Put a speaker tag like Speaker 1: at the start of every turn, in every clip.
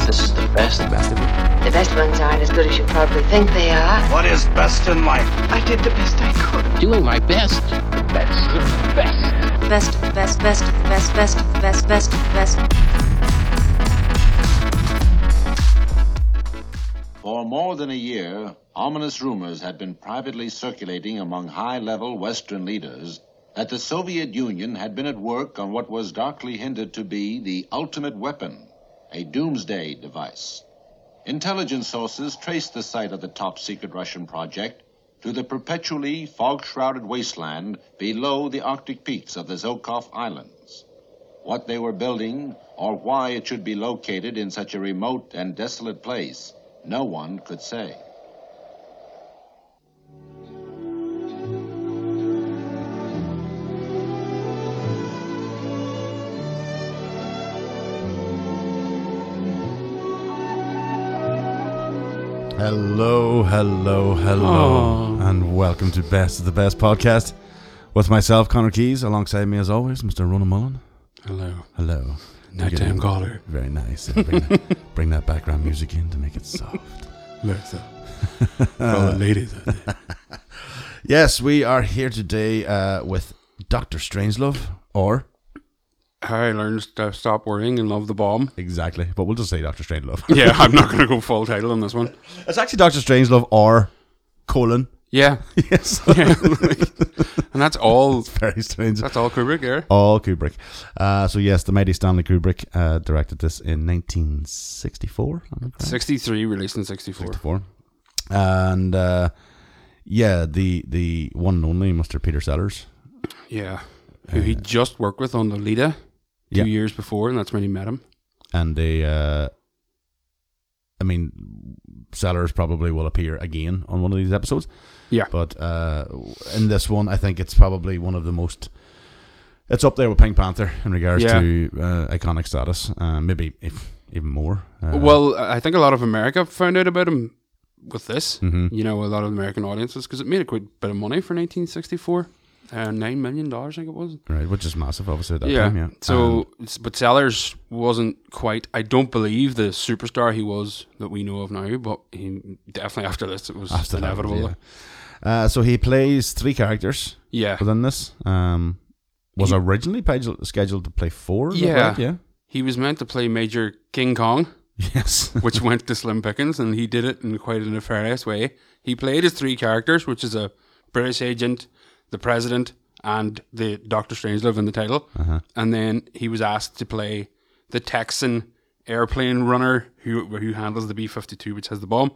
Speaker 1: best? The best of it.
Speaker 2: The best ones aren't as good as you probably think they are.
Speaker 3: What is best in life?
Speaker 4: I did the best I could.
Speaker 1: Doing my best. The best. The best.
Speaker 5: best, best, best, best, best, best, best, best.
Speaker 6: For more than a year, ominous rumors had been privately circulating among high level Western leaders that the Soviet Union had been at work on what was darkly hinted to be the ultimate weapon, a doomsday device. Intelligence sources traced the site of the top secret Russian project to the perpetually fog shrouded wasteland below the Arctic peaks of the Zhukov Islands. What they were building or why it should be located in such a remote and desolate place, no one could say.
Speaker 7: Hello, hello, hello, and welcome to Best of the Best podcast with myself, Connor Keys, alongside me as always, Mr. Ronan Mullen.
Speaker 8: Hello.
Speaker 7: Hello.
Speaker 8: Nighttime caller.
Speaker 7: Very nice. Yeah, Bring, that, bring that background music in to make it soft.
Speaker 8: That's uh, for all the ladies. out there.
Speaker 7: yes, we are here today uh, with Doctor Strangelove, or
Speaker 8: I learned to stop worrying and love the bomb.
Speaker 7: exactly, but we'll just say Doctor Strangelove.
Speaker 8: Yeah, I'm not going to go full title on this one.
Speaker 7: it's actually Doctor Strangelove or colon.
Speaker 8: Yeah.
Speaker 7: Yes,
Speaker 8: yeah. and that's all.
Speaker 7: very strange.
Speaker 8: That's all Kubrick there.
Speaker 7: All Kubrick. Uh, so yes, the mighty Stanley Kubrick uh, directed this in 1964. am I correct?
Speaker 8: 63 released in 64.
Speaker 7: 64. And uh, yeah, the the one and only Mr. Peter Sellers.
Speaker 8: Yeah. Who he just worked with on Lolita two
Speaker 7: Yeah.
Speaker 8: years before, and that's when he met him.
Speaker 7: and they uh I mean Sellers probably will appear again on one of these episodes.
Speaker 8: Yeah.
Speaker 7: But uh in this one I think it's probably one of the most it's up there with Pink Panther in regards
Speaker 8: Yeah.
Speaker 7: to uh, iconic status. Uh, maybe if even more. Uh,
Speaker 8: well, I think a lot of America found out about him with this.
Speaker 7: Mhm.
Speaker 8: You know, a lot of American audiences, because it made a quick bit of money for 1964. Uh, $9 million, I think it was.
Speaker 7: right, which is massive obviously at that
Speaker 8: yeah.
Speaker 7: time, yeah.
Speaker 8: So,
Speaker 7: Um,
Speaker 8: s- but Sellers wasn't quite. I don't believe the superstar he was that we know of now, but he definitely after this it was
Speaker 7: after that,
Speaker 8: inevitable. Yeah,
Speaker 7: yeah. Uh, so he plays three characters within this. Um was
Speaker 8: He-
Speaker 7: originally pagel- scheduled to play four. is that
Speaker 8: Yeah.
Speaker 7: right? Yeah.
Speaker 8: he was meant to play Major King Kong,
Speaker 7: Yes.
Speaker 8: which went to Slim Pickens, and he did it in quite a nefarious way. He played his three characters, which is a British agent, the president, and the Doctor Strangelove in the title. And then he was asked to play the Texan airplane runner who who handles the B fifty two, which has the bomb.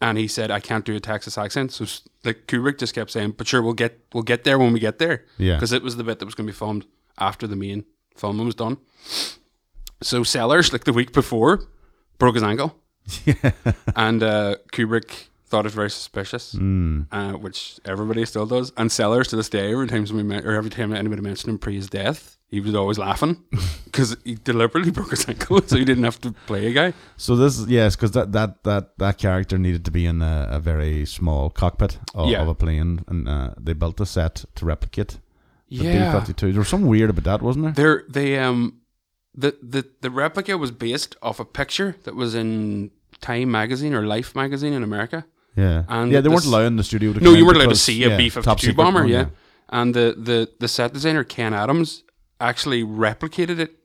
Speaker 8: And he said, "I can't do a Texas accent." So s- like Kubrick just kept saying, "But sure, we'll get we'll get there when we get there."
Speaker 7: Yeah.
Speaker 8: because it was the bit that was going to be filmed after the main film was done. So Sellers, like the week before, broke his ankle. and uh, Kubrick thought it very suspicious, uh, which everybody still does. And Sellers to this day, every time somebody men- or every time anybody mentioned him pre his death, he was always laughing because he deliberately broke his ankle, so he didn't have to play a guy.
Speaker 7: So this is yes, because that, that that that character needed to be in a, a very small cockpit of,
Speaker 8: Yeah.
Speaker 7: of a plane, and uh, they built a set to replicate the B
Speaker 8: yeah,
Speaker 7: fifty two. There was something weird about that, wasn't there?
Speaker 8: there they um the, the the replica was based off a picture that was in Time magazine or Life magazine in America.
Speaker 7: yeah,
Speaker 8: and
Speaker 7: yeah, they
Speaker 8: the
Speaker 7: weren't
Speaker 8: s-
Speaker 7: allowing the studio to.
Speaker 8: No,
Speaker 7: come
Speaker 8: you
Speaker 7: in
Speaker 8: weren't allowed to
Speaker 7: because-
Speaker 8: see a
Speaker 7: yeah,
Speaker 8: B
Speaker 7: top
Speaker 8: fifty two
Speaker 7: secret
Speaker 8: bomber,
Speaker 7: one,
Speaker 8: yeah. And the, the the set designer Ken Adams actually replicated it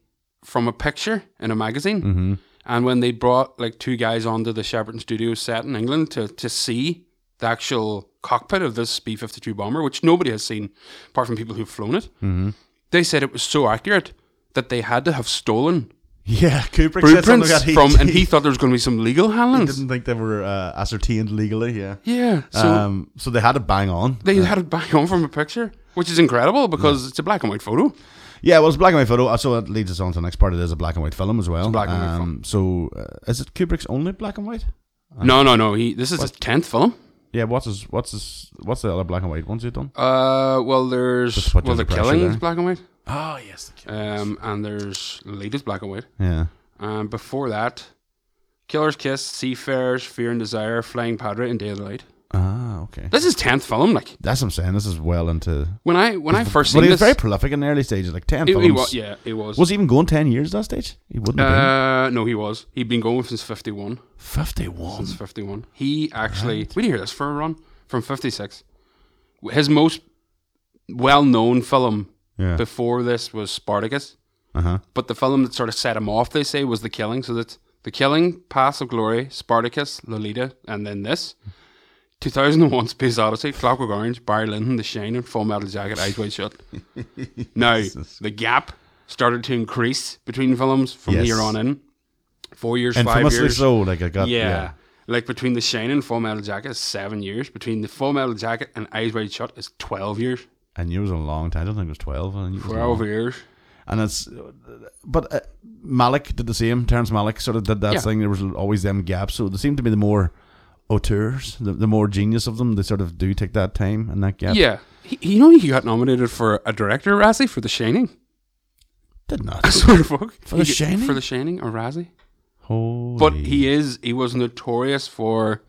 Speaker 8: from a picture in a magazine. Mm-hmm. And when they brought like two guys onto the Shepperton Studios set in England to to see the actual cockpit of this B fifty two bomber, which nobody has seen apart from people who've flown it,
Speaker 7: Mm-hmm.
Speaker 8: they said it was so accurate that they had to have stolen
Speaker 7: Yeah, Kubrick said something
Speaker 8: blueprints
Speaker 7: like that. He-
Speaker 8: from, and he thought there was going to be some legal
Speaker 7: he
Speaker 8: handlings.
Speaker 7: didn't think they were uh, ascertained legally. Yeah,
Speaker 8: Yeah, so
Speaker 7: um, so they had to bang on. Uh,
Speaker 8: They had it back on from a picture, which is incredible because it's a black and white photo.
Speaker 7: Uh-huh. Yeah, well, it's a black and white photo. Uh, So that leads us on to the next part. It is a black and white film as well. Um,
Speaker 8: black and white film.
Speaker 7: So uh, is it Kubrick's only black and white?
Speaker 8: no, no, no. He this is his tenth film.
Speaker 7: Yeah. What's his? What's his? What's the other black and white ones you've done?
Speaker 8: Uh, well, there's
Speaker 7: Just put
Speaker 8: well
Speaker 7: under
Speaker 8: the
Speaker 7: pressure
Speaker 8: killing
Speaker 7: there.
Speaker 8: is black and white.
Speaker 7: Oh yes.
Speaker 8: Um, and there's latest black and white.
Speaker 7: Yeah.
Speaker 8: Um, before that, Killer's Kiss, Seafarers, Fear and Desire, Flying Padre, and Day of the Light.
Speaker 7: Ah, Ah, okay.
Speaker 8: This is tenth film. Like
Speaker 7: That's what I'm saying. This is well into.
Speaker 8: when I when I first
Speaker 7: But
Speaker 8: seen
Speaker 7: he was
Speaker 8: this,
Speaker 7: very prolific in the early stages, like ten
Speaker 8: he,
Speaker 7: films.
Speaker 8: he was, yeah, he was.
Speaker 7: Was he even going ten years at that stage? He wouldn't. have been.
Speaker 8: Uh, no, he was. He'd been going since fifty one.
Speaker 7: Fifty-one.
Speaker 8: Since fifty one, he actually. We didn't hear this for a run from fifty six. His most well known film
Speaker 7: Yeah.
Speaker 8: before this was Spartacus.
Speaker 7: Uh huh.
Speaker 8: But the film that sort of set him off, they say, was The Killing. So that's The Killing, Paths of Glory, Spartacus, Lolita, and then this. 2001 Space Odyssey, Clockwork Orange, Barry Lyndon, The Shining, Full Metal Jacket, Eyes Wide Shut. now, the gap started to increase between films from
Speaker 7: Yes.
Speaker 8: here on in. Four years, five
Speaker 7: Infamously
Speaker 8: years.
Speaker 7: so. Like I got.
Speaker 8: yeah.
Speaker 7: Yeah.
Speaker 8: Like between The Shining and Full Metal Jacket is seven years. Between The Full Metal Jacket and Eyes Wide Shut is 12 years.
Speaker 7: I knew it was a long time. I don't think it was twelve. I knew it was
Speaker 8: 12
Speaker 7: long.
Speaker 8: years.
Speaker 7: And it's, but uh, Malik did the same. Terrence Malik sort of did that
Speaker 8: Yeah.
Speaker 7: thing. There was always them gaps. So they seem to be the more auteurs, the, the more genius of them. They sort of do take that time and that gap.
Speaker 8: Yeah. He, you know, he got nominated for a director, Razzie, for The Shining.
Speaker 7: Did not.
Speaker 8: sort of folk.
Speaker 7: For The
Speaker 8: He-
Speaker 7: Shining?
Speaker 8: For the Shining or Razzie.
Speaker 7: Holy.
Speaker 8: But he is he was notorious for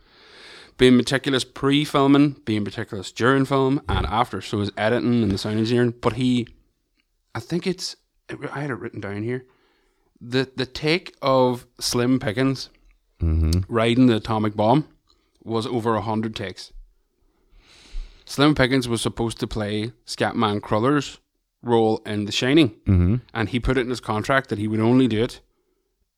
Speaker 8: being meticulous pre filming, being meticulous during film and after. So his editing and the sound engineering. But he I think it's I had it written down here. The the take of Slim Pickens riding the atomic bomb was over a hundred takes. Slim Pickens was supposed to play Scatman Crothers' role in The Shining, mm-hmm. and he put it in his contract that he would only do it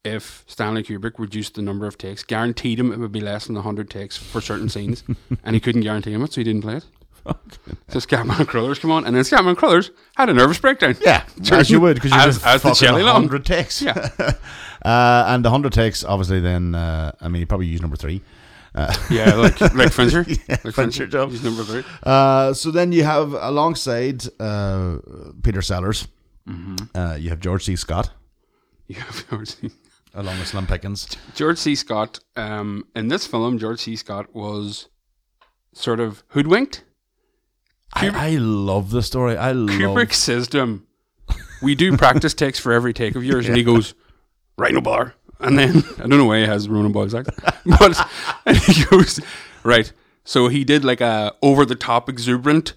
Speaker 8: if Stanley Kubrick reduced the number of takes. Guaranteed him it would be less than hundred takes for certain scenes, and he couldn't guarantee him it, so he didnd't play it. So Scatman Crothers come on, and then Scatman Crothers had a nervous breakdown.
Speaker 7: Yeah, as you would, because you
Speaker 8: as,
Speaker 7: just
Speaker 8: as the
Speaker 7: fucking
Speaker 8: Shelley Long.
Speaker 7: 100 takes.
Speaker 8: Yeah.
Speaker 7: uh, and the 100 takes, obviously, then, uh, I mean, you probably use number three.
Speaker 8: Yeah, like like Fincher. like
Speaker 7: Fincher job.
Speaker 8: He's number three.
Speaker 7: Uh, so then you have, alongside uh, Peter Sellers,
Speaker 8: Mm-hmm.
Speaker 7: uh, you have George C. Scott,
Speaker 8: You have George C.
Speaker 7: along with Slim Pickens.
Speaker 8: George C. Scott. Um, in this film, George C. Scott was sort of hoodwinked. Kubrick-
Speaker 7: I, I love the story. I love
Speaker 8: Kubrick says to him, "We do practice takes for every take of yours," and he goes, "Right, no bar." And then I don't know why he has Ronan Bob's accent, but and he goes, "Right." So he did like a over the top exuberant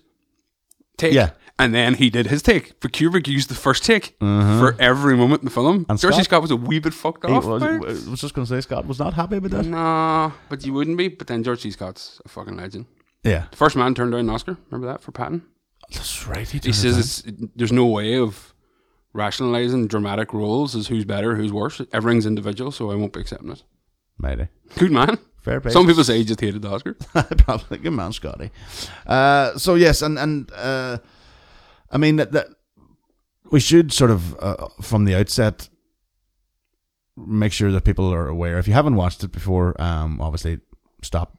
Speaker 8: take,
Speaker 7: Yeah.
Speaker 8: and then he did his take. But Kubrick used the first take for every moment in the film.
Speaker 7: Mm-hmm. And
Speaker 8: George C.
Speaker 7: Scott-
Speaker 8: Scott was a wee bit fucked
Speaker 7: He
Speaker 8: off.
Speaker 7: was, uh,
Speaker 8: by it.
Speaker 7: I was just going to say, Scott was not happy about that.
Speaker 8: Nah, but you wouldn't be. But then George C. Scott's a fucking legend.
Speaker 7: Yeah.
Speaker 8: The first man turned down an Oscar. Remember that for Patton?
Speaker 7: That's right.
Speaker 8: He says it's, there's no way of rationalizing dramatic roles as who's better, who's worse. Everything's individual, so I won't be accepting it.
Speaker 7: Mighty.
Speaker 8: Good man.
Speaker 7: Fair play.
Speaker 8: Some people say he just hated the Oscar.
Speaker 7: probably good man, Scotty. Uh, so yes, and and uh, I mean that, that we should sort of uh, from the outset make sure that people are aware. If you haven't watched it before, um, obviously stop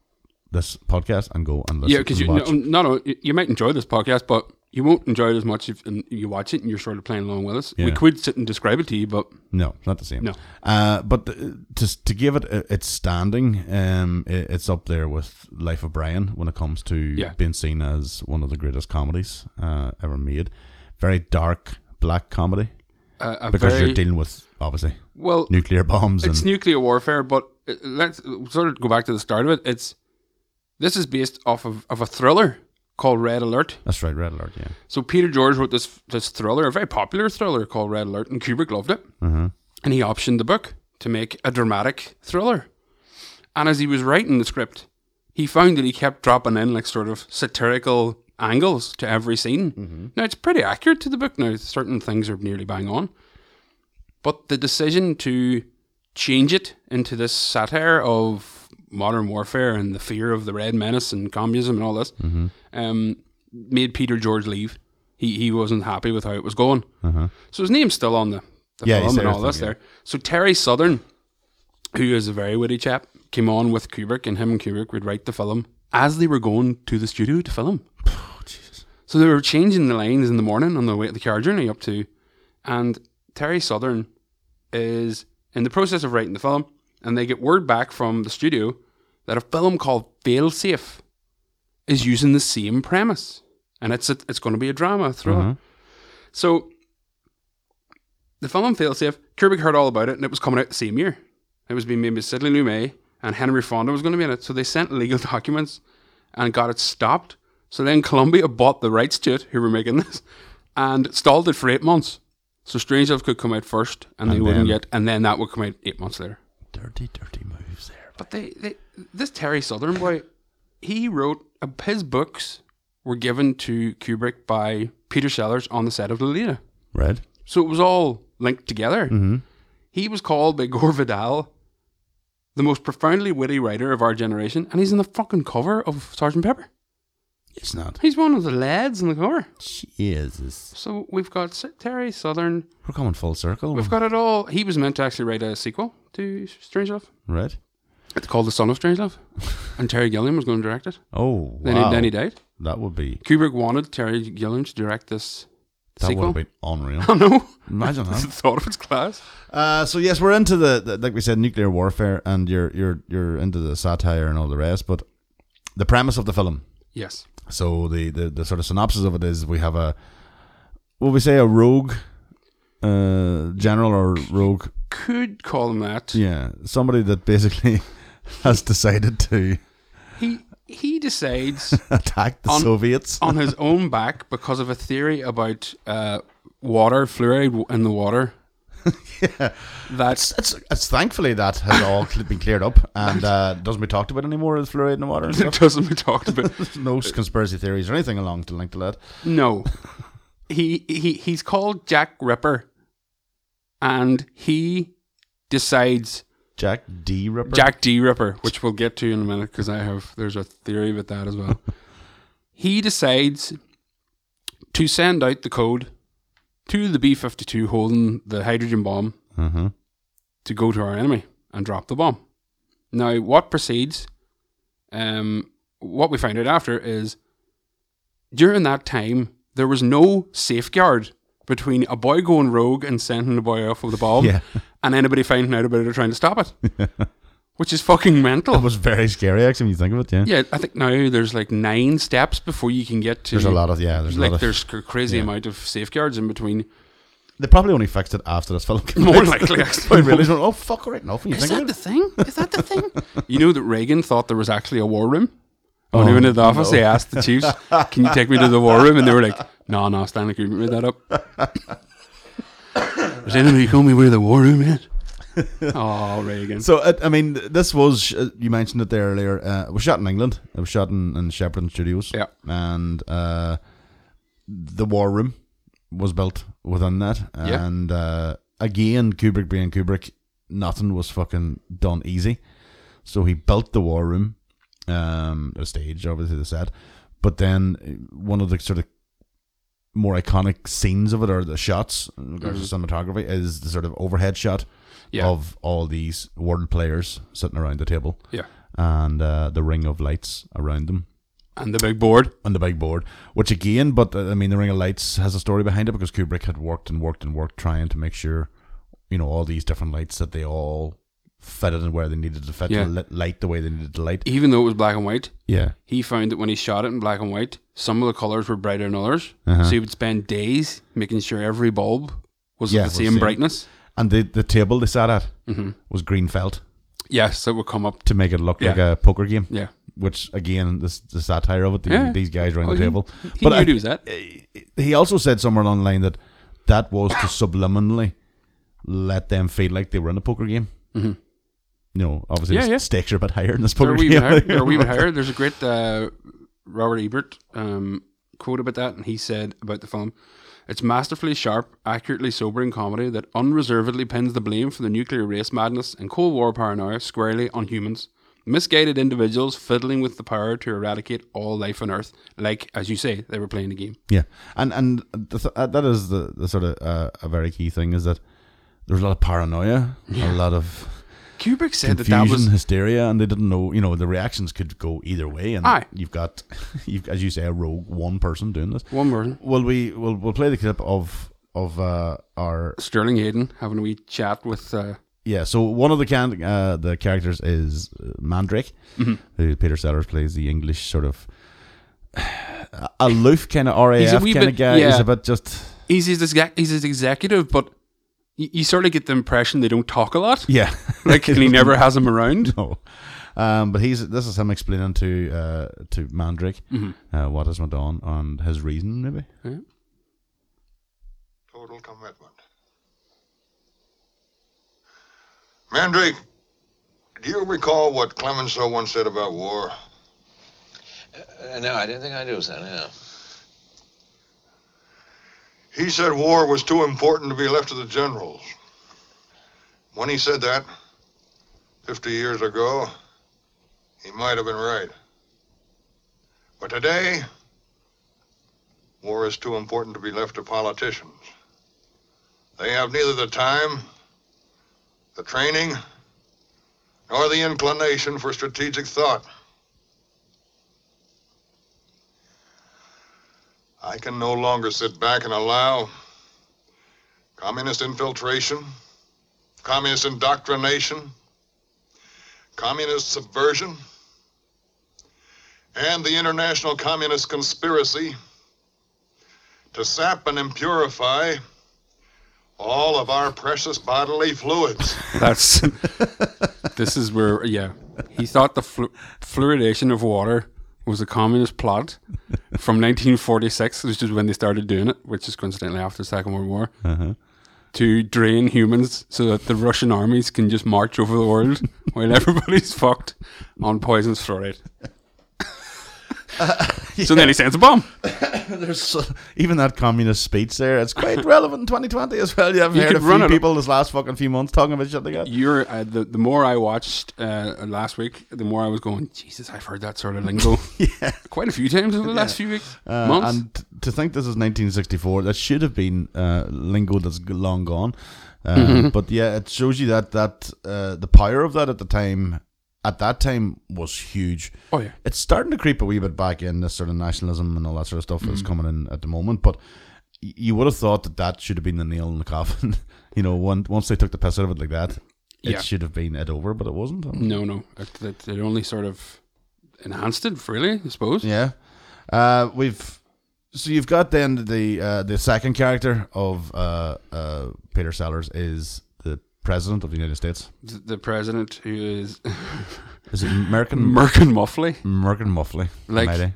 Speaker 7: this podcast and go and listen.
Speaker 8: yeah, because
Speaker 7: and
Speaker 8: you
Speaker 7: watch.
Speaker 8: no, no, no, you- you might enjoy this podcast, but you won't enjoy it as much if um, you watch it and you're sort of playing along with us. We
Speaker 7: Yeah.
Speaker 8: could sit and describe it to you, but
Speaker 7: No, it's not the same.
Speaker 8: No.
Speaker 7: Uh, but uh, to to give it uh, its standing, um, i- it's up there with Life of Brian when it comes to
Speaker 8: Yeah.
Speaker 7: being seen as one of the greatest comedies uh, ever made. Very dark black comedy
Speaker 8: uh, a
Speaker 7: because
Speaker 8: very,
Speaker 7: you're dealing with obviously
Speaker 8: well,
Speaker 7: nuclear bombs
Speaker 8: it's
Speaker 7: and
Speaker 8: nuclear warfare, but uh, let's sort of go back to the start of it. It's this is based off of, of a thriller called Red Alert.
Speaker 7: that's right, Red Alert. Yeah,
Speaker 8: So Peter George wrote this this thriller, a very popular thriller called Red Alert, and Kubrick loved it, and he optioned the book to make a dramatic thriller. And as he was writing the script, he found that he kept dropping in like sort of satirical angles to every scene. Now it's pretty accurate to the book. Now certain things are nearly bang on, but the decision to change it into this satire of modern warfare and the fear of the Red Menace and communism and all this
Speaker 7: Mm-hmm.
Speaker 8: um, made Peter George leave. He he wasn't happy with how it was going. So his name's still on the, the
Speaker 7: Mm-hmm. Yeah, he's
Speaker 8: film and
Speaker 7: there
Speaker 8: all
Speaker 7: still,
Speaker 8: this
Speaker 7: yeah.
Speaker 8: there. So Terry Southern, who is a very witty chap, came on with Kubrick, and him and Kubrick would write the film as they were going to the studio to film.
Speaker 7: Oh,
Speaker 8: So they were changing the lines in the morning on the way the car journey up to, and Terry Southern is in the process of writing the film, and they get word back from the studio that a film called Failsafe is using the same premise, and it's a, it's going to be a drama thriller. So the film Failsafe, Kubrick heard all about it, and it was coming out the same year. It was being made by Sidley Lumet, and Henry Fonda was going to be in it. So they sent legal documents and got it stopped. So then Columbia bought the rights to it, who were making this, and stalled it for eight months. So Strange Love could come out first, and, they wouldn't yet, and then that would come out eight months later.
Speaker 7: Dirty, dirty moves there.
Speaker 8: But they, they this Terry Southern boy, he wrote uh, his books were given to Kubrick by Peter Sellers on the set of Lolita.
Speaker 7: Right.
Speaker 8: So it was all linked together. He was called by Gore Vidal the most profoundly witty writer of our generation, and he's in the fucking cover of Sergeant Pepper.
Speaker 7: It's not.
Speaker 8: He's one of the lads in the cover.
Speaker 7: Jesus.
Speaker 8: So we've got Sir Terry Southern.
Speaker 7: We're coming full circle.
Speaker 8: We've got it all. He was meant to actually write a sequel to Strangelove.
Speaker 7: Right.
Speaker 8: It's called The Son of Strangelove, and Terry Gilliam was going to direct it.
Speaker 7: Oh,
Speaker 8: Then,
Speaker 7: wow.
Speaker 8: he, then he died.
Speaker 7: that would be.
Speaker 8: Kubrick wanted Terry Gilliam to direct this
Speaker 7: That
Speaker 8: sequel.
Speaker 7: would have been Uh-huh. unreal.
Speaker 8: I know.
Speaker 7: Imagine
Speaker 8: That's the
Speaker 7: that.
Speaker 8: thought of its class.
Speaker 7: Uh, so yes, we're into the, the like we said, nuclear warfare, and you're you're you're into the satire and all the rest. But the premise of the film,
Speaker 8: Yes.
Speaker 7: so the the, the sort of synopsis of it is, we have a, will we say a rogue, uh, general or rogue,
Speaker 8: Could call him that.
Speaker 7: yeah, somebody that basically has decided to
Speaker 8: He he decides
Speaker 7: attack the
Speaker 8: On-
Speaker 7: Soviets.
Speaker 8: on his own back because of a theory about uh, water, fluoride w- in the water. That's
Speaker 7: It's, it's thankfully that has all cl- been cleared up and uh, doesn't be talked about anymore. The fluoride in the water and
Speaker 8: it
Speaker 7: stuff.
Speaker 8: doesn't be talked about.
Speaker 7: No conspiracy theories or anything along to link to that.
Speaker 8: No, he he he's called Jack Ripper, and he decides
Speaker 7: Jack D. Ripper.
Speaker 8: Jack D. Ripper, which we'll get to in a minute because I have there's a theory about that as well. he decides to send out the code to the B fifty two holding the hydrogen bomb
Speaker 7: Mhm.
Speaker 8: to go to our enemy and drop the bomb. Now, what proceeds? Um, what we find out after is during that time there was no safeguard between a boy going rogue and sending the boy off with the bomb,
Speaker 7: Yeah.
Speaker 8: and anybody finding out about it or trying to stop it. Which is fucking mental.
Speaker 7: That was very scary, actually, when you think of it. Yeah.
Speaker 8: Oh. Yeah, I think now there's like nine steps before you can get to.
Speaker 7: There's a lot of yeah. There's a
Speaker 8: like
Speaker 7: lot of.
Speaker 8: there's a crazy amount of safeguards in between.
Speaker 7: They probably only fixed it after this film. Came
Speaker 8: More
Speaker 7: out.
Speaker 8: likely,
Speaker 7: They
Speaker 8: actually.
Speaker 7: really went, oh fuck right now. When you
Speaker 8: Is
Speaker 7: think
Speaker 8: that
Speaker 7: of
Speaker 8: the
Speaker 7: it,
Speaker 8: thing? Is that the thing? you know that Reagan thought there was actually a war room.
Speaker 7: Oh,
Speaker 8: When he went into the office, he asked the chiefs, "Can you take me to the war room?" And they were like, "No, no, Stanley Kubrick made that up." Does anybody tell me where the war room is? oh, Reagan.
Speaker 7: so it, I mean, this was uh, you mentioned it there earlier. Uh, it was shot in England. It was shot in, in Shepperton Studios.
Speaker 8: Yeah.
Speaker 7: and uh, the war room was built within that.
Speaker 8: Yeah.
Speaker 7: And uh, again, Kubrick being Kubrick, nothing was fucking done easy. So he built the war room, um, a stage, obviously the set. But then uh, one of the sort of more iconic scenes of it, or the shots in regards
Speaker 8: Mm-hmm.
Speaker 7: to cinematography, is the sort of overhead shot
Speaker 8: Yeah.
Speaker 7: of all these world players sitting around the table
Speaker 8: yeah,
Speaker 7: and uh, the ring of lights around them
Speaker 8: and the big board.
Speaker 7: on the big board. Which again, but uh, I mean, the Ring of Lights has a story behind it because Kubrick had worked and worked and worked trying to make sure, you know, all these different lights that they all fitted and where they needed to fit
Speaker 8: Yeah.
Speaker 7: to lit, light the way they needed to light.
Speaker 8: Even though it was black and white,
Speaker 7: Yeah,
Speaker 8: he found that when he shot it in black and white, some of the colors were brighter than others.
Speaker 7: Uh-huh.
Speaker 8: So he would spend days making sure every bulb was
Speaker 7: Yeah,
Speaker 8: the
Speaker 7: was
Speaker 8: same,
Speaker 7: same.
Speaker 8: brightness.
Speaker 7: and the the table they sat at was green felt
Speaker 8: Yes, so it would come up.
Speaker 7: to make it look like
Speaker 8: Mm-hmm. Yeah.
Speaker 7: a poker game.
Speaker 8: Yeah.
Speaker 7: Which again, this the satire of it, the,
Speaker 8: Yeah.
Speaker 7: these guys around
Speaker 8: Oh,
Speaker 7: the
Speaker 8: he-
Speaker 7: table.
Speaker 8: He knew
Speaker 7: I-
Speaker 8: he was that.
Speaker 7: he also said somewhere along the line that that was to subliminally let them feel like they were in a poker game. Mm-hmm. You know, obviously
Speaker 8: Yeah,
Speaker 7: the
Speaker 8: yeah.
Speaker 7: stakes are a bit higher in this
Speaker 8: They're
Speaker 7: poker
Speaker 8: a wee bit
Speaker 7: game.
Speaker 8: higher. They're a wee bit higher. There's a great uh, Robert Ebert um, quote about that, and he said about the film, "It's masterfully sharp, accurately sobering comedy that unreservedly pins the blame for the nuclear race madness and Cold War paranoia squarely on humans." Misguided individuals fiddling with the power to eradicate all life on Earth, like as you say, they were playing the game.
Speaker 7: Yeah, and and the th- uh, that is the, the sort of uh, a very key thing is that there's a lot of paranoia, a lot of
Speaker 8: Kubrick said
Speaker 7: confusion,
Speaker 8: that that was
Speaker 7: hysteria, and they didn't know. You know, the reactions could go either way, and
Speaker 8: Aye.
Speaker 7: you've got, you've, as you say, a rogue one person doing this.
Speaker 8: one word.
Speaker 7: Well, we will we'll play the clip of of uh, our
Speaker 8: Sterling Hayden having a wee chat with uh,
Speaker 7: Yeah, so one of the can uh, the characters is uh, Mandrake,
Speaker 8: Mm-hmm.
Speaker 7: who Peter Sellers plays the English sort of aloof kind of
Speaker 8: He's a
Speaker 7: RAF
Speaker 8: wee
Speaker 7: kind of
Speaker 8: bit-
Speaker 7: guy. He's
Speaker 8: yeah.
Speaker 7: a bit just
Speaker 8: he's his exec- he's his executive, but you, you sort of get the impression they don't talk a lot.
Speaker 7: yeah,
Speaker 8: Like, and he never has him around.
Speaker 7: no. Um, but he's this is him explaining to uh, to Mandrake
Speaker 8: Mm-hmm.
Speaker 7: uh, what has went on and his reason, maybe.
Speaker 3: Total commitment. Mandrake, do you recall what Clemenceau once said about war?
Speaker 4: Uh, no, I didn't think I do, son. No.
Speaker 3: He said war was too important to be left to the generals. When he said that, 50 years ago, he might have been right. But today, war is too important to be left to politicians. They have neither the time, the training, nor the inclination for strategic thought. I can no longer sit back and allow communist infiltration, communist indoctrination, communist subversion, and the international communist conspiracy to sap and impurify all of our precious bodily fluids.
Speaker 8: That's this is where yeah he thought the flu- fluoridation of water was a communist plot from 1946, which is when they started doing it, which is coincidentally after the Second World War, to drain humans so that the Russian armies can just march over the world while everybody's fucked on poisonous fluoride. So then he sends a bomb.
Speaker 7: There's so, even that communist speech there. It's quite relevant in 2020 as well. You haven't
Speaker 8: You
Speaker 7: heard
Speaker 8: could
Speaker 7: a
Speaker 8: run
Speaker 7: few
Speaker 8: it-
Speaker 7: people this last fucking few months talking about shit like that.
Speaker 8: You're uh, the the more I watched uh, last week, the more I was going, Jesus, I've heard that sort of lingo quite a few times over the last few weeks,
Speaker 7: Uh,
Speaker 8: months.
Speaker 7: And t- to think this is 1964, that should have been uh, lingo that's g- long gone. Um,
Speaker 8: Mm-hmm.
Speaker 7: But yeah, it shows you that that uh, the power of that at the time, at that time, was huge.
Speaker 8: Oh, yeah.
Speaker 7: it's starting to creep a wee bit back in this sort of nationalism and all that sort of stuff that's
Speaker 8: Mm-hmm.
Speaker 7: coming in at the moment. But y- you would have thought that that should have been the nail in the coffin. you know, one, once they took the piss out of it like that,
Speaker 8: Yeah.
Speaker 7: it should have been it over, but it wasn't.
Speaker 8: No, no. It, it, it only sort of enhanced it, really, I suppose.
Speaker 7: Yeah. Uh, we've so you've got then the uh, the second character of uh, uh, Peter Sellers is the president of the United States.
Speaker 8: The, the president who is
Speaker 7: Is it American
Speaker 8: Merkin Muffley.
Speaker 7: American Muffley?
Speaker 8: Like-
Speaker 7: Almighty.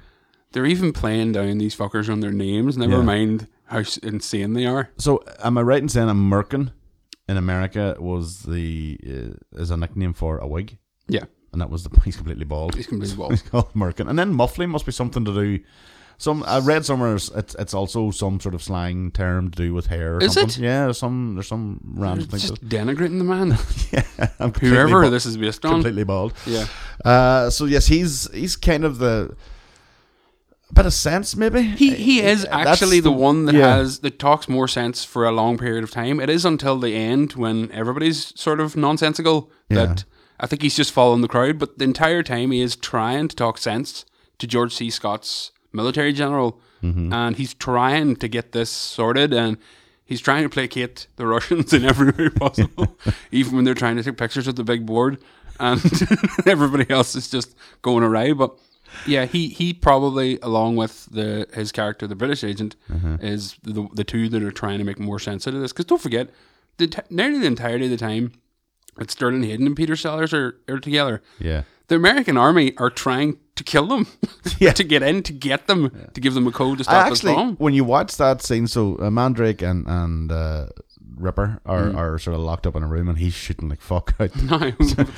Speaker 8: They're even playing down these fuckers on their names, never
Speaker 7: Yeah.
Speaker 8: mind how s- insane they are.
Speaker 7: so, am I right in saying American in America was the uh, is a nickname for a wig,
Speaker 8: Yeah.
Speaker 7: and that was the he's completely bald.
Speaker 8: He's completely bald.
Speaker 7: He's called Merkin, and then Muffley must be something to do. Some I read somewhere it's it's also some sort of slang term to do with hair. Or
Speaker 8: Is
Speaker 7: something.
Speaker 8: it?
Speaker 7: Yeah, there's some there's some random thing.
Speaker 8: Just
Speaker 7: to-
Speaker 8: denigrating the man.
Speaker 7: I'm completely
Speaker 8: Whoever
Speaker 7: bald-
Speaker 8: this is based on.
Speaker 7: completely bald.
Speaker 8: Yeah.
Speaker 7: Uh, so yes, he's he's kind of the bit of sense maybe. Uh,
Speaker 8: He, he is
Speaker 7: That's
Speaker 8: actually the, one that
Speaker 7: yeah.
Speaker 8: has that talks more sense for a long period of time. It is until the end when everybody's sort of nonsensical that I think he's just following the crowd. But the entire time he is trying to talk sense to George C. Scott's military general,
Speaker 7: Mm-hmm.
Speaker 8: and he's trying to get this sorted, and he's trying to placate the Russians in every way possible, even when they're trying to take pictures of the big board, and everybody else is just going awry. But yeah, he he probably along with the his character, the British agent,
Speaker 7: Mm-hmm.
Speaker 8: is the the two that are trying to make more sense out of this. Because don't forget, the t- nearly the entirety of the time that Sterling Hayden and Peter Sellers are, are together,
Speaker 7: Yeah.
Speaker 8: the American army are trying to kill them,
Speaker 7: Yeah.
Speaker 8: to get in, to get them, to give them a code to
Speaker 7: I
Speaker 8: stop this
Speaker 7: actually,
Speaker 8: bomb.
Speaker 7: when you watch that scene, so uh, Mandrake and and uh, Ripper are,
Speaker 8: Mm.
Speaker 7: are sort of locked up in a room, and he's shooting like fuck out.
Speaker 8: No,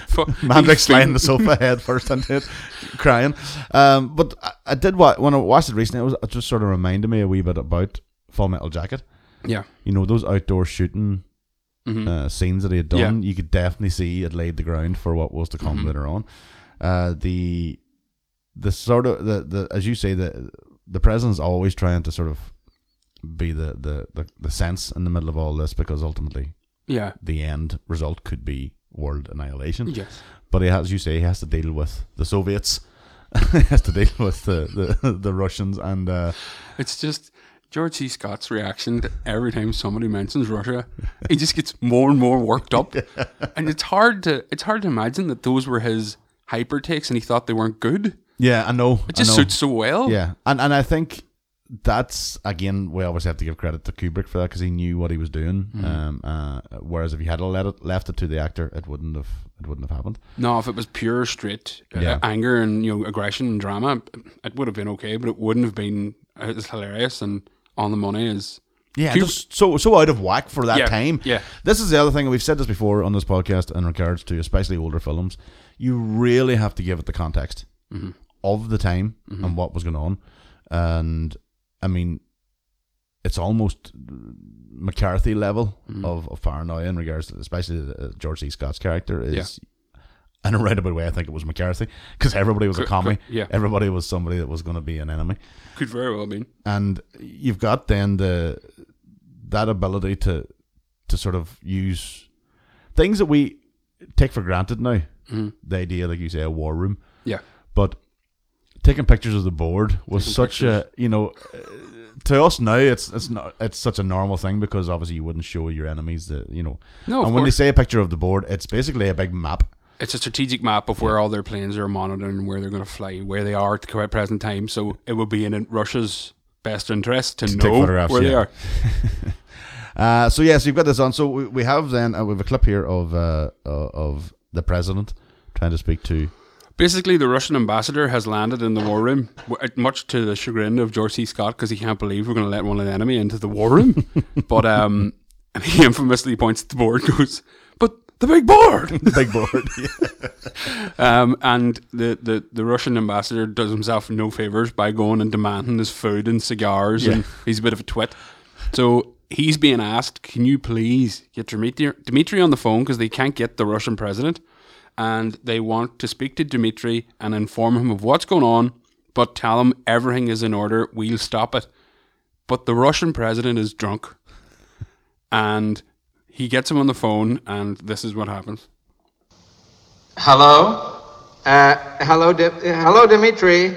Speaker 8: fuck.
Speaker 7: Mandrake's
Speaker 8: He's
Speaker 7: lying on
Speaker 8: been-
Speaker 7: the sofa head first into it, crying. Um, but I, I did wa- when I watched it recently. It, was, it just sort of reminded me a wee bit about Full Metal Jacket.
Speaker 8: Yeah,
Speaker 7: you know those outdoor shooting uh, scenes that he had
Speaker 8: Mm-hmm. Yeah. Mm-hmm.
Speaker 7: done, you could definitely see it laid the ground for what was to come later on. Uh, the the sort of the, the as you say the the president's always trying to sort of be the, the, the, the sense in the middle of all this because ultimately
Speaker 8: yeah,
Speaker 7: the end result could be world annihilation.
Speaker 8: yes.
Speaker 7: But he has, as you say, he has to deal with the Soviets. he has to deal with the, the, the Russians and uh,
Speaker 8: It's just George C. Scott's reaction to every time somebody mentions Russia. He just gets more and more worked up, and it's hard to it's hard to imagine that those were his hyper takes, and he thought they weren't good.
Speaker 7: yeah, I know.
Speaker 8: It just
Speaker 7: I know.
Speaker 8: suits so well.
Speaker 7: Yeah, and and I think that's again we always have to give credit to Kubrick for that because he knew what he was doing. Um, uh, whereas if you had let it, left it to the actor, it wouldn't have it wouldn't have happened.
Speaker 8: No, if it was pure straight uh,
Speaker 7: Yeah.
Speaker 8: anger and you know aggression and drama, it would have been okay, but it wouldn't have been as hilarious and on the money as
Speaker 7: Yeah,
Speaker 8: Kub-
Speaker 7: just so so out of whack for that
Speaker 8: Yeah,
Speaker 7: time.
Speaker 8: yeah.
Speaker 7: this is the other thing we've said this before on this podcast in regards to especially older films. You really have to give it the context
Speaker 8: Mm-hmm.
Speaker 7: of the time and what was going on, and I mean, it's almost McCarthy level
Speaker 8: Mm-hmm.
Speaker 7: of, of paranoia in regards to especially the, uh, George C. Scott's character is. In a roundabout way, I think it was McCarthy because everybody was a commie.
Speaker 8: yeah.
Speaker 7: Everybody was somebody that was going to be an enemy
Speaker 8: could very well have been.
Speaker 7: and you've got then the that ability to to sort of use things that we take for granted now.
Speaker 8: Mm-hmm.
Speaker 7: The idea, like you say, a war room,
Speaker 8: Yeah.
Speaker 7: but taking pictures of the board was such a you know uh, to us now it's it's not it's such a normal thing because obviously you wouldn't show your enemies the you know
Speaker 8: No, of
Speaker 7: and when they
Speaker 8: course.
Speaker 7: say a picture of the board it's basically a big map
Speaker 8: It's a strategic map of where all their planes are monitored and where they're going to fly, where they are at the current present time. So it would be in Russia's best interest to,
Speaker 7: take
Speaker 8: know where
Speaker 7: photographs,
Speaker 8: they
Speaker 7: yeah.
Speaker 8: are.
Speaker 7: Uh, so yes, you've got this on. So we, we have then uh, we have a clip here of uh, uh, of the president trying to speak to.
Speaker 8: Basically, the Russian ambassador has landed in the war room, w- uh, much to the chagrin of George C. Scott because he can't believe we're going to let one of the enemy into the war room. but um, and he infamously points at the board and goes, But the big board!
Speaker 7: The big board.
Speaker 8: Um, and the, the, the Russian ambassador does himself no favors by going and demanding his food and cigars, and he's a bit of a twit. So he's being asked, "Can you please get Dmitri, Dmitri on the phone because they can't get the Russian president, and they want to speak to Dmitri and inform him of what's going on, but tell him everything is in order. We'll stop it." But the Russian president is drunk, and he gets him on the phone, and this is what happens.
Speaker 9: Hello? Uh, hello, Di- uh, hello, Dimitri.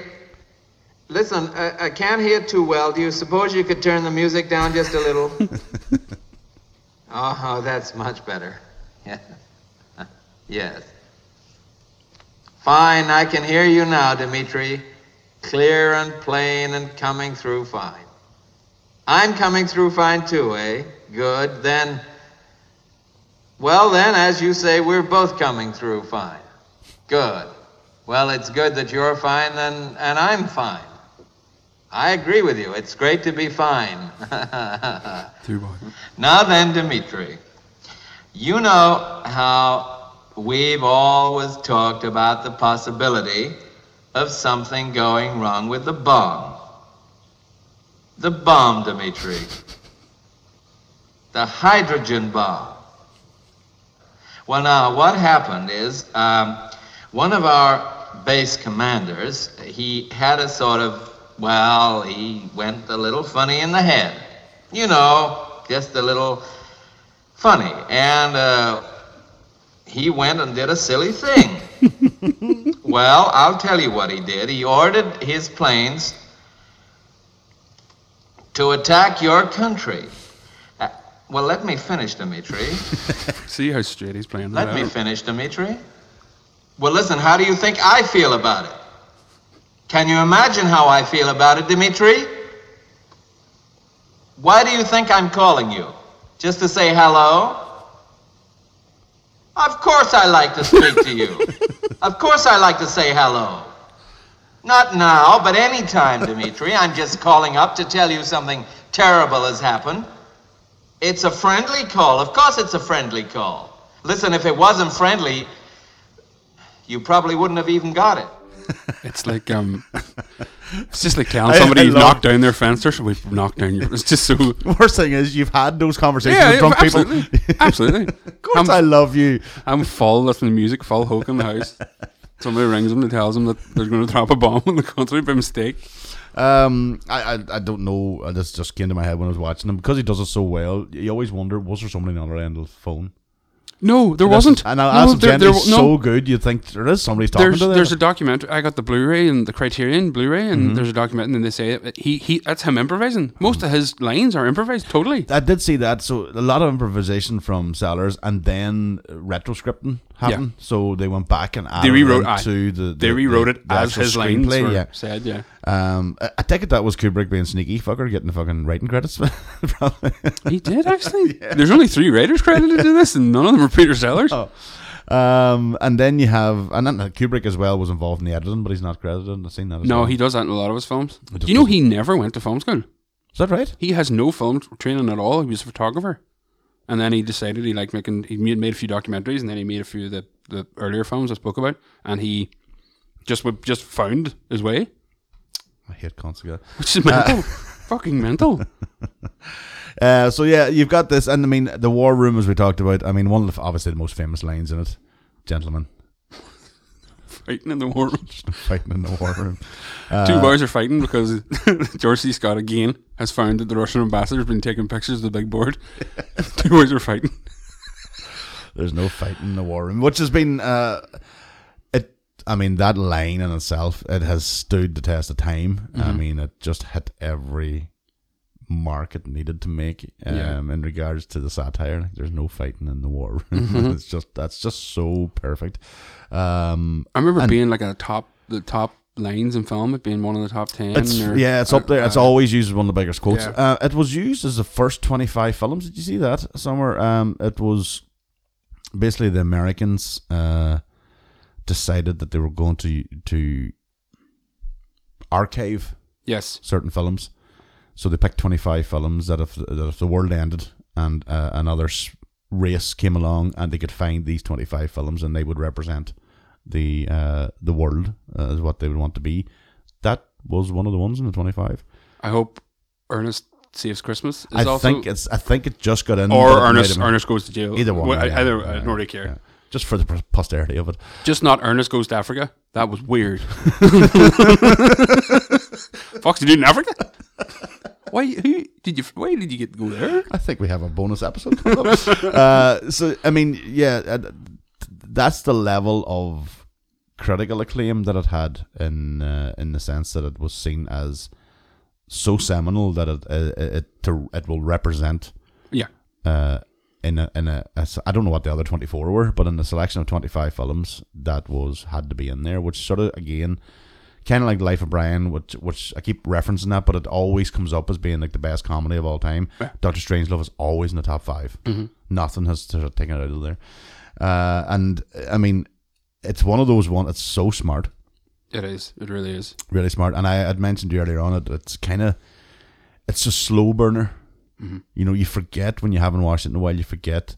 Speaker 9: Listen, I-, I can't hear too well. Do you suppose you could turn the music down just a little? oh, oh, that's much better. Yeah. yes. Fine, I can hear you now, Dimitri. Clear and plain and coming through fine. I'm coming through fine too, eh? Good. Then. Well, then, as you say, we're both coming through fine. Good. Well, it's good that you're fine, then, and I'm fine. I agree with you. It's great to be fine. now then, Dimitri, you know how we've always talked about the possibility of something going wrong with the bomb. The bomb, Dimitri. The hydrogen bomb. Well, now, what happened is um, one of our base commanders, he had a sort of, well, he went a little funny in the head. You know, just a little funny. And uh, he went and did a silly thing. well, I'll tell you what he did. He ordered his planes to attack your country. Uh, well, let me finish, Dimitri.
Speaker 8: See how straight he's playing that
Speaker 9: Let
Speaker 8: out.
Speaker 9: me finish, Dimitri. Well, listen, how do you think I feel about it? Can you imagine how I feel about it, Dimitri? Why do you think I'm calling you? Just to say hello? Of course I like to speak to you. of course I like to say hello. Not now, but anytime, Dimitri. I'm just calling up to tell you something terrible has happened. It's a friendly call. Of course, it's a friendly call. Listen, if it wasn't friendly, you probably wouldn't have even got it.
Speaker 8: It's like um, it's just like telling
Speaker 7: I-
Speaker 8: somebody
Speaker 7: I
Speaker 8: you've
Speaker 7: love-
Speaker 8: knocked down their fence or we've knocked down your. It's just so
Speaker 7: Worst thing is you've had those conversations
Speaker 8: yeah,
Speaker 7: with drunk
Speaker 8: absolutely,
Speaker 7: people.
Speaker 8: absolutely.
Speaker 7: of course,
Speaker 8: I'm,
Speaker 7: i love you.
Speaker 8: I'm full listening to music, full hook in the house. Somebody rings him and tells him that they're going to drop a bomb in the country by mistake.
Speaker 7: Um, I, I I don't know. uh, This just came to my head when I was watching him because he does it so well. You always wonder was there somebody on the other end of the phone?
Speaker 8: No, there wasn't.
Speaker 7: And I'll
Speaker 8: No,
Speaker 7: ask him
Speaker 8: there-
Speaker 7: gently.
Speaker 8: there
Speaker 7: he's
Speaker 8: wa-
Speaker 7: so good, you'd think there is somebody talking
Speaker 8: there's
Speaker 7: to them.
Speaker 8: there's a documentary. I got the Blu-ray and the Criterion Blu-ray,
Speaker 7: Mm-hmm.
Speaker 8: and there's a document, and then they say that he he that's him improvising. Most of his lines are improvised totally.
Speaker 7: I did see that. So a lot of improvisation from Sellers, and then retroscripting. happen. So they went back and added
Speaker 8: rewrote-
Speaker 7: them
Speaker 8: aye.
Speaker 7: to the, the
Speaker 8: They rewrote
Speaker 7: the-
Speaker 8: it
Speaker 7: the
Speaker 8: as
Speaker 7: actual
Speaker 8: his lines
Speaker 7: screenplay,
Speaker 8: were
Speaker 7: yeah.
Speaker 8: said. Yeah,
Speaker 7: Um, I, I take it that was Kubrick being sneaky fucker getting the fucking writing credits. probably.
Speaker 8: he did actually. There's only three writers credited to this, and none of them are Peter Sellers.
Speaker 7: um, and then you have and then uh, Kubrick as well was involved in the editing, but he's not credited. I've seen that. As
Speaker 8: no,
Speaker 7: well.
Speaker 8: he does that in a lot of his films.
Speaker 7: does-
Speaker 8: You know, he never went to film school.
Speaker 7: is that right?
Speaker 8: He has no film training at all. He was a photographer, and then he decided he liked making. He made, made a few documentaries, and then he made a few of the, the earlier films I spoke about, and he just would just found his way,
Speaker 7: I hate Consiga.
Speaker 8: which is mental, fucking mental.
Speaker 7: Uh, so yeah, you've got this, and I mean the war room as we talked about. I mean one of the, obviously the most famous lines in it, gentlemen
Speaker 8: Fighting in the war room.
Speaker 7: fighting in the war room.
Speaker 8: Two boys are fighting because George C. Scott again has found that the Russian ambassador has been taking pictures of the big board. Two boys are fighting.
Speaker 7: There's no fighting in the war room, which has been uh, it. I mean that line in itself, it has stood the test of time. I mean it just hit every mark it needed to make um,
Speaker 8: Yeah.
Speaker 7: in regards to the satire. Like, there's no fighting in the war room. it's just that's just so perfect. Um,
Speaker 8: I remember being like a top, the top lines in film, it being one of the top ten.
Speaker 7: It's,
Speaker 8: or-
Speaker 7: yeah, it's up there. It's
Speaker 8: uh,
Speaker 7: always used as one of the biggest quotes.
Speaker 8: Yeah.
Speaker 7: Uh, it was used as the first 25 films. Did you see that somewhere? Um, it was basically the Americans uh, decided that they were going to to archive
Speaker 8: Yes.
Speaker 7: certain films. So they picked 25 films that if, that if the world ended and uh, another s- race came along and they could find these 25 films and they would represent the uh, the world uh, as what they would want to be. That was one of the ones in the 25.
Speaker 8: I hope Ernest Saves Christmas is
Speaker 7: I
Speaker 8: also.
Speaker 7: think it's I think it just got in
Speaker 8: or
Speaker 7: but it might
Speaker 8: Ernest,
Speaker 7: have been-
Speaker 8: Ernest Goes to Jail.
Speaker 7: either one.
Speaker 8: Well, I-
Speaker 7: yeah,
Speaker 8: either,
Speaker 7: yeah,
Speaker 8: I don't really care.
Speaker 7: yeah. Just for the pos- posterity of it.
Speaker 8: Just not Ernest Goes to Africa. That was weird. Fox, you did in Africa? Why, who, did you, why did you get to go there?
Speaker 7: I think we have a bonus episode. coming up. uh, so, I mean, yeah, uh, th- that's the level of critical acclaim that it had in uh, in the sense that it was seen as so seminal that it uh, it to, it will represent
Speaker 8: Yeah.
Speaker 7: uh, in a, in a, a s- I don't know what the other 24 were, but in the selection of 25 films that was had to be in there, which sort of again kind of like Life of Brian, which which I keep referencing that, but it always comes up as being like the best comedy of all time. Doctor Strangelove is always in the top 5 Nothing has sort of taken it out of there. Uh, and I mean, it's one of those one. It's so smart
Speaker 8: It is. It really is.
Speaker 7: really smart. And I had mentioned earlier on it. It's kind of it's a slow burner.
Speaker 8: Mm-hmm.
Speaker 7: You know, you forget when you haven't watched it in a while. You forget.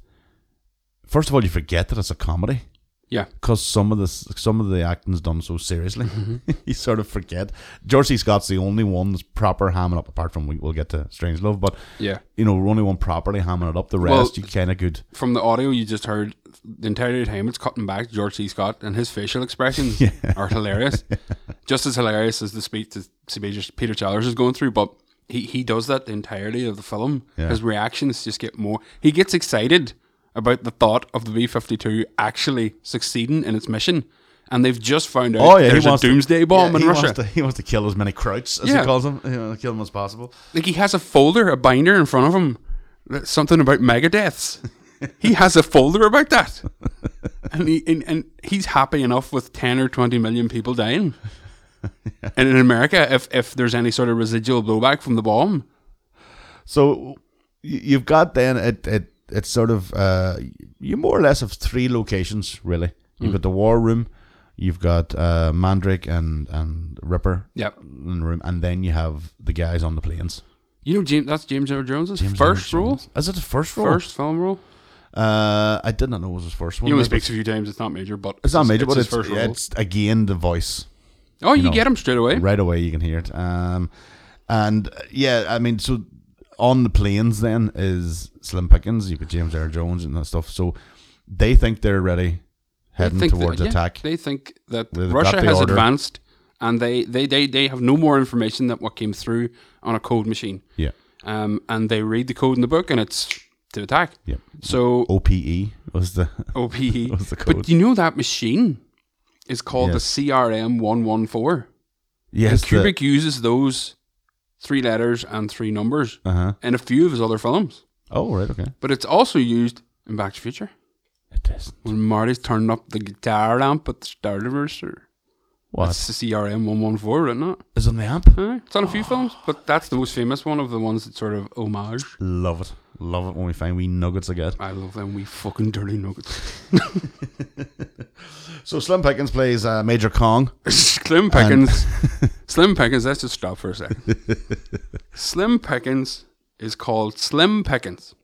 Speaker 7: First of all, you forget that it's a comedy
Speaker 8: Yeah.
Speaker 7: because some of the some of the acting's done so seriously.
Speaker 8: Mm-hmm.
Speaker 7: you sort of forget. George C. Scott's the only one that's proper hamming up. Apart from we, we'll get to Strange Love, but
Speaker 8: Yeah.
Speaker 7: you know, we're only one properly hamming it up. The
Speaker 8: Well,
Speaker 7: rest, you kind of good.
Speaker 8: From the audio you just heard, the entire time it's cutting back to George C. Scott, and his facial expressions are hilarious. just as hilarious as the speech that Sebastian- Peter Challers is going through, but he, he does that the entirety of the film.
Speaker 7: Yeah.
Speaker 8: His reactions just get more. He gets excited about the thought of the B 52 actually succeeding in its mission. And they've just found out
Speaker 7: Oh,
Speaker 8: there's oh, a doomsday bomb
Speaker 7: yeah,
Speaker 8: in
Speaker 7: he
Speaker 8: Russia.
Speaker 7: Wants to, he wants to kill as many Krauts as
Speaker 8: Yeah.
Speaker 7: he calls them. You know, kill them as possible.
Speaker 8: Like he has a folder, a binder in front of him. That's something about mega deaths. he has a folder about that, and he and, and he's happy enough with ten or twenty million people dying. And in America, if if there's any sort of residual blowback from the bomb,
Speaker 7: So y- you've got then it it it's sort of uh, you more or less have three locations really. You've got the war room, you've got uh, Mandrake and and Ripper
Speaker 8: Yep.
Speaker 7: in the room, and then you have the guys on the planes.
Speaker 8: you know James, that's James Earl Jones's first rule,
Speaker 7: Is it the first rule?
Speaker 8: first film rule.
Speaker 7: Uh, I did not know it was his first one.
Speaker 8: He only
Speaker 7: but
Speaker 8: speaks a few times. It's not major, but
Speaker 7: It's not major,
Speaker 8: his-
Speaker 7: but
Speaker 8: his
Speaker 7: it's, yeah,
Speaker 8: rule.
Speaker 7: it's again the voice.
Speaker 8: oh, you,
Speaker 7: know,
Speaker 8: get him straight away.
Speaker 7: right away you can hear it um and uh, yeah i mean so on the planes then is slim pickens you've got james earl jones and that stuff so they think they're ready
Speaker 8: They
Speaker 7: heading
Speaker 8: think that-
Speaker 7: towards
Speaker 8: yeah,
Speaker 7: attack
Speaker 8: They think that
Speaker 7: They've
Speaker 8: Russia
Speaker 7: got the
Speaker 8: has
Speaker 7: order.
Speaker 8: advanced, and they, they, they, they have no more information than what came through on a code machine.
Speaker 7: yeah
Speaker 8: Um, and they read the code in the book, and it's to attack.
Speaker 7: yeah
Speaker 8: So
Speaker 7: ope was the
Speaker 8: OPE.
Speaker 7: What's Oh. the
Speaker 8: But
Speaker 7: code?
Speaker 8: you know that machine is called
Speaker 7: Yes.
Speaker 8: the CRM one one four. And
Speaker 7: yes the-
Speaker 8: Kubrick uses those three letters and three numbers
Speaker 7: uh-huh
Speaker 8: in a few of his other films,
Speaker 7: oh right okay
Speaker 8: but it's also used in Back to the Future.
Speaker 7: it is isn't.
Speaker 8: When Marty's turned up the guitar amp at the start of her, sir.
Speaker 7: What?
Speaker 8: That's the CRM 114, isn't it?
Speaker 7: Is on the amp?
Speaker 8: Aye, Eh, It's on a few films, but that's the most famous one of the ones that sort of homage.
Speaker 7: Love it. Love it when we find wee nuggets again.
Speaker 8: I love them, we fucking dirty nuggets.
Speaker 7: So Slim Pickens plays uh, Major Kong.
Speaker 8: Slim Pickens. Slim Pickens, let's just stop for a second. Slim Pickens is called Slim Pickens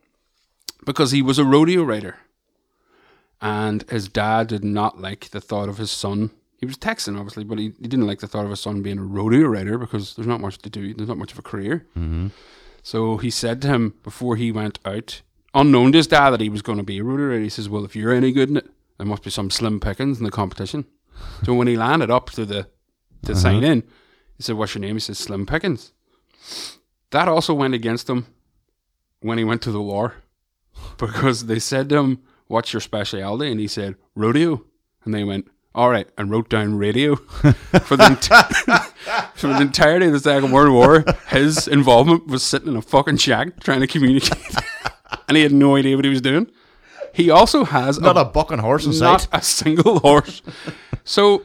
Speaker 8: because he was a rodeo rider. And his dad did not like the thought of his son. He was a Texan, obviously, but he, he didn't like the thought of his son being a rodeo rider because there's not much to do. There's not much of a career. So he said to him before he went out, unknown to his dad that he was going to be a rodeo rider, he says, Well, if you're any good in it, there must be some Slim Pickens in the competition. So when he landed up to the to
Speaker 7: Uh-huh.
Speaker 8: sign in, he said, "What's your name?" He says, "Slim Pickens." That also went against him when he went to the war, because they said to him, "What's your specialty?" And he said, "Rodeo." And they went, "All right," and wrote down radio for the ent- for the entirety of the Second World War. His involvement was sitting in a fucking shack trying to communicate, and he had no idea what he was doing. He also has
Speaker 7: Not a bucking horse in
Speaker 8: not
Speaker 7: sight.
Speaker 8: a single horse. so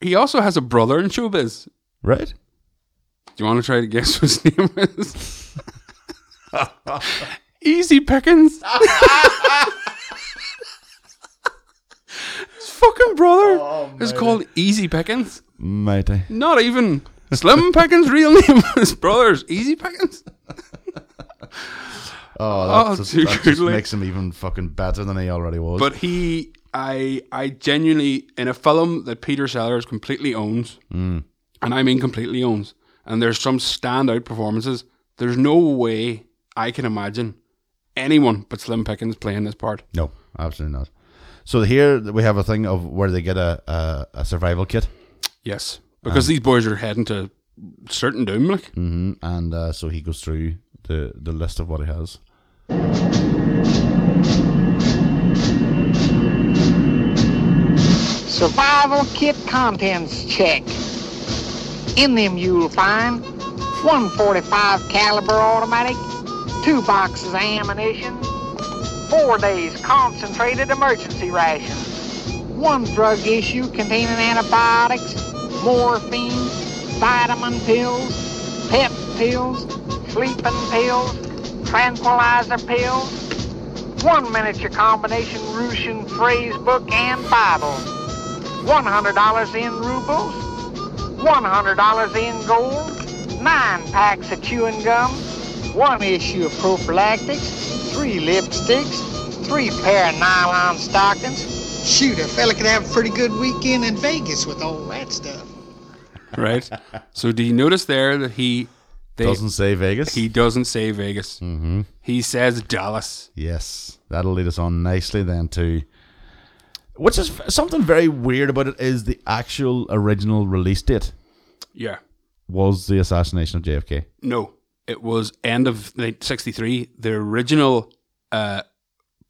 Speaker 8: he also has a brother in showbiz.
Speaker 7: Right?
Speaker 8: Do you want to try to guess what his name is? Easy Pickens. his fucking brother is called Easy Pickens.
Speaker 7: Mighty.
Speaker 8: Not even Slim Pickens' real name. His brother's Easy Pickens.
Speaker 7: Oh, that,
Speaker 8: Oh,
Speaker 7: just,
Speaker 8: too
Speaker 7: that
Speaker 8: good,
Speaker 7: just
Speaker 8: like-
Speaker 7: makes him even fucking better than he already was.
Speaker 8: But he, I, I genuinely in a film that Peter Sellers completely owns,
Speaker 7: Mm.
Speaker 8: and I mean completely owns. And there's some standout performances. There's no way I can imagine anyone but Slim Pickens playing this part.
Speaker 7: no, absolutely not. So here we have a thing of where they get a, a, a survival kit.
Speaker 8: Yes, because these boys are heading to certain doom. Like
Speaker 7: Um. Mm, and uh, so he goes through the, the list of what he has.
Speaker 10: Survival kit contents check. In them you'll find 145 caliber automatic, two boxes of ammunition, four days concentrated emergency rations, one drug issue containing antibiotics, morphine, vitamin pills, pep pills, sleeping pills, tranquilizer pills, one miniature combination Russian phrase book and Bible. $100 in rubles, $100 in gold, nine packs of chewing gum, one issue of prophylactics, three lipsticks, three pair of nylon stockings. Shoot, a fella could have a pretty good weekend in Vegas with all that stuff.
Speaker 8: right. so do you notice there that he they,
Speaker 7: Doesn't say Vegas.
Speaker 8: he doesn't say Vegas. Mm-hmm. He says Dallas.
Speaker 7: Yes, that'll lead us on nicely then to. Which is something very weird about it is the actual original release date
Speaker 8: Yeah.
Speaker 7: was the assassination of JFK.
Speaker 8: No, it was end of '63. The original uh,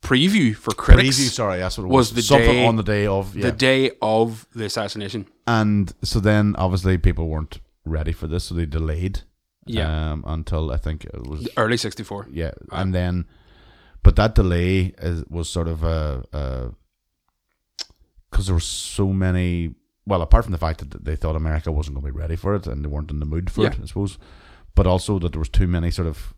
Speaker 8: preview for critics
Speaker 7: Preview, sorry, that's what it was.
Speaker 8: was the
Speaker 7: something
Speaker 8: day-
Speaker 7: on the day of yeah.
Speaker 8: the day of the assassination.
Speaker 7: and so then obviously people weren't ready for this, so they delayed.
Speaker 8: Yeah,
Speaker 7: Um, until I think it was
Speaker 8: early '64.
Speaker 7: yeah, and then, but that delay is, was sort of a because there were so many. Well, apart from the fact that they thought America wasn't going to be ready for it and they weren't in the mood for it,
Speaker 8: Yeah.
Speaker 7: I suppose, but also that there was too many sort of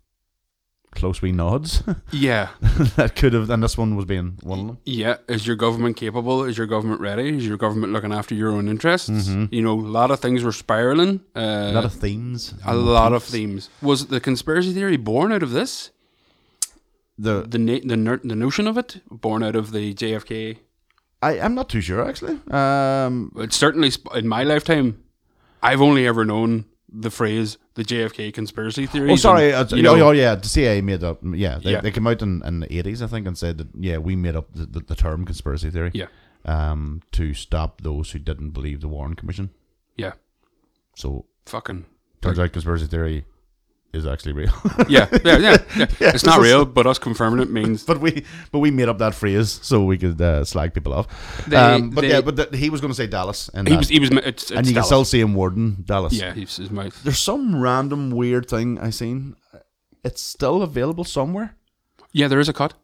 Speaker 7: close wee nods
Speaker 8: Yeah,
Speaker 7: that could have, and this one was being one of them.
Speaker 8: yeah. Is your government capable? Is your government ready? Is your government looking after your own interests? You know, a lot of things were spiraling. Uh,
Speaker 7: Mm-hmm. A lot of themes.
Speaker 8: a lot of themes. Was the conspiracy theory born out of this?
Speaker 7: The,
Speaker 8: The na- the, ner- the notion of it born out of the JFK.
Speaker 7: I, I'm not too sure actually. Um,
Speaker 8: It's certainly sp- in my lifetime, I've only ever known the phrase the JFK conspiracy theory.
Speaker 7: Oh, sorry. Uh,
Speaker 8: you
Speaker 7: oh,
Speaker 8: know,
Speaker 7: oh, yeah. The CIA made up. Yeah, they,
Speaker 8: Yeah.
Speaker 7: they came out in, in the eighties, I think, and said that yeah, we made up the, the, the term conspiracy theory.
Speaker 8: Yeah.
Speaker 7: Um, to stop those who didn't believe the Warren Commission.
Speaker 8: yeah,
Speaker 7: So
Speaker 8: fucking
Speaker 7: turns out conspiracy theory is actually real.
Speaker 8: yeah, yeah, yeah. yeah. it's not
Speaker 7: this is-
Speaker 8: real, but us confirming it means
Speaker 7: but we but we made up that phrase so we could uh, slag people off.
Speaker 8: They-
Speaker 7: um, but
Speaker 8: they-
Speaker 7: yeah, but th- he was going to say Dallas, and
Speaker 8: he
Speaker 7: that.
Speaker 8: was he was. ma- It's, it's
Speaker 7: and you
Speaker 8: Dallas.
Speaker 7: can still see him wording Dallas.
Speaker 8: yeah, he's, he's my
Speaker 7: There's some random weird thing I seen. It's still available somewhere.
Speaker 8: yeah. There is a cut.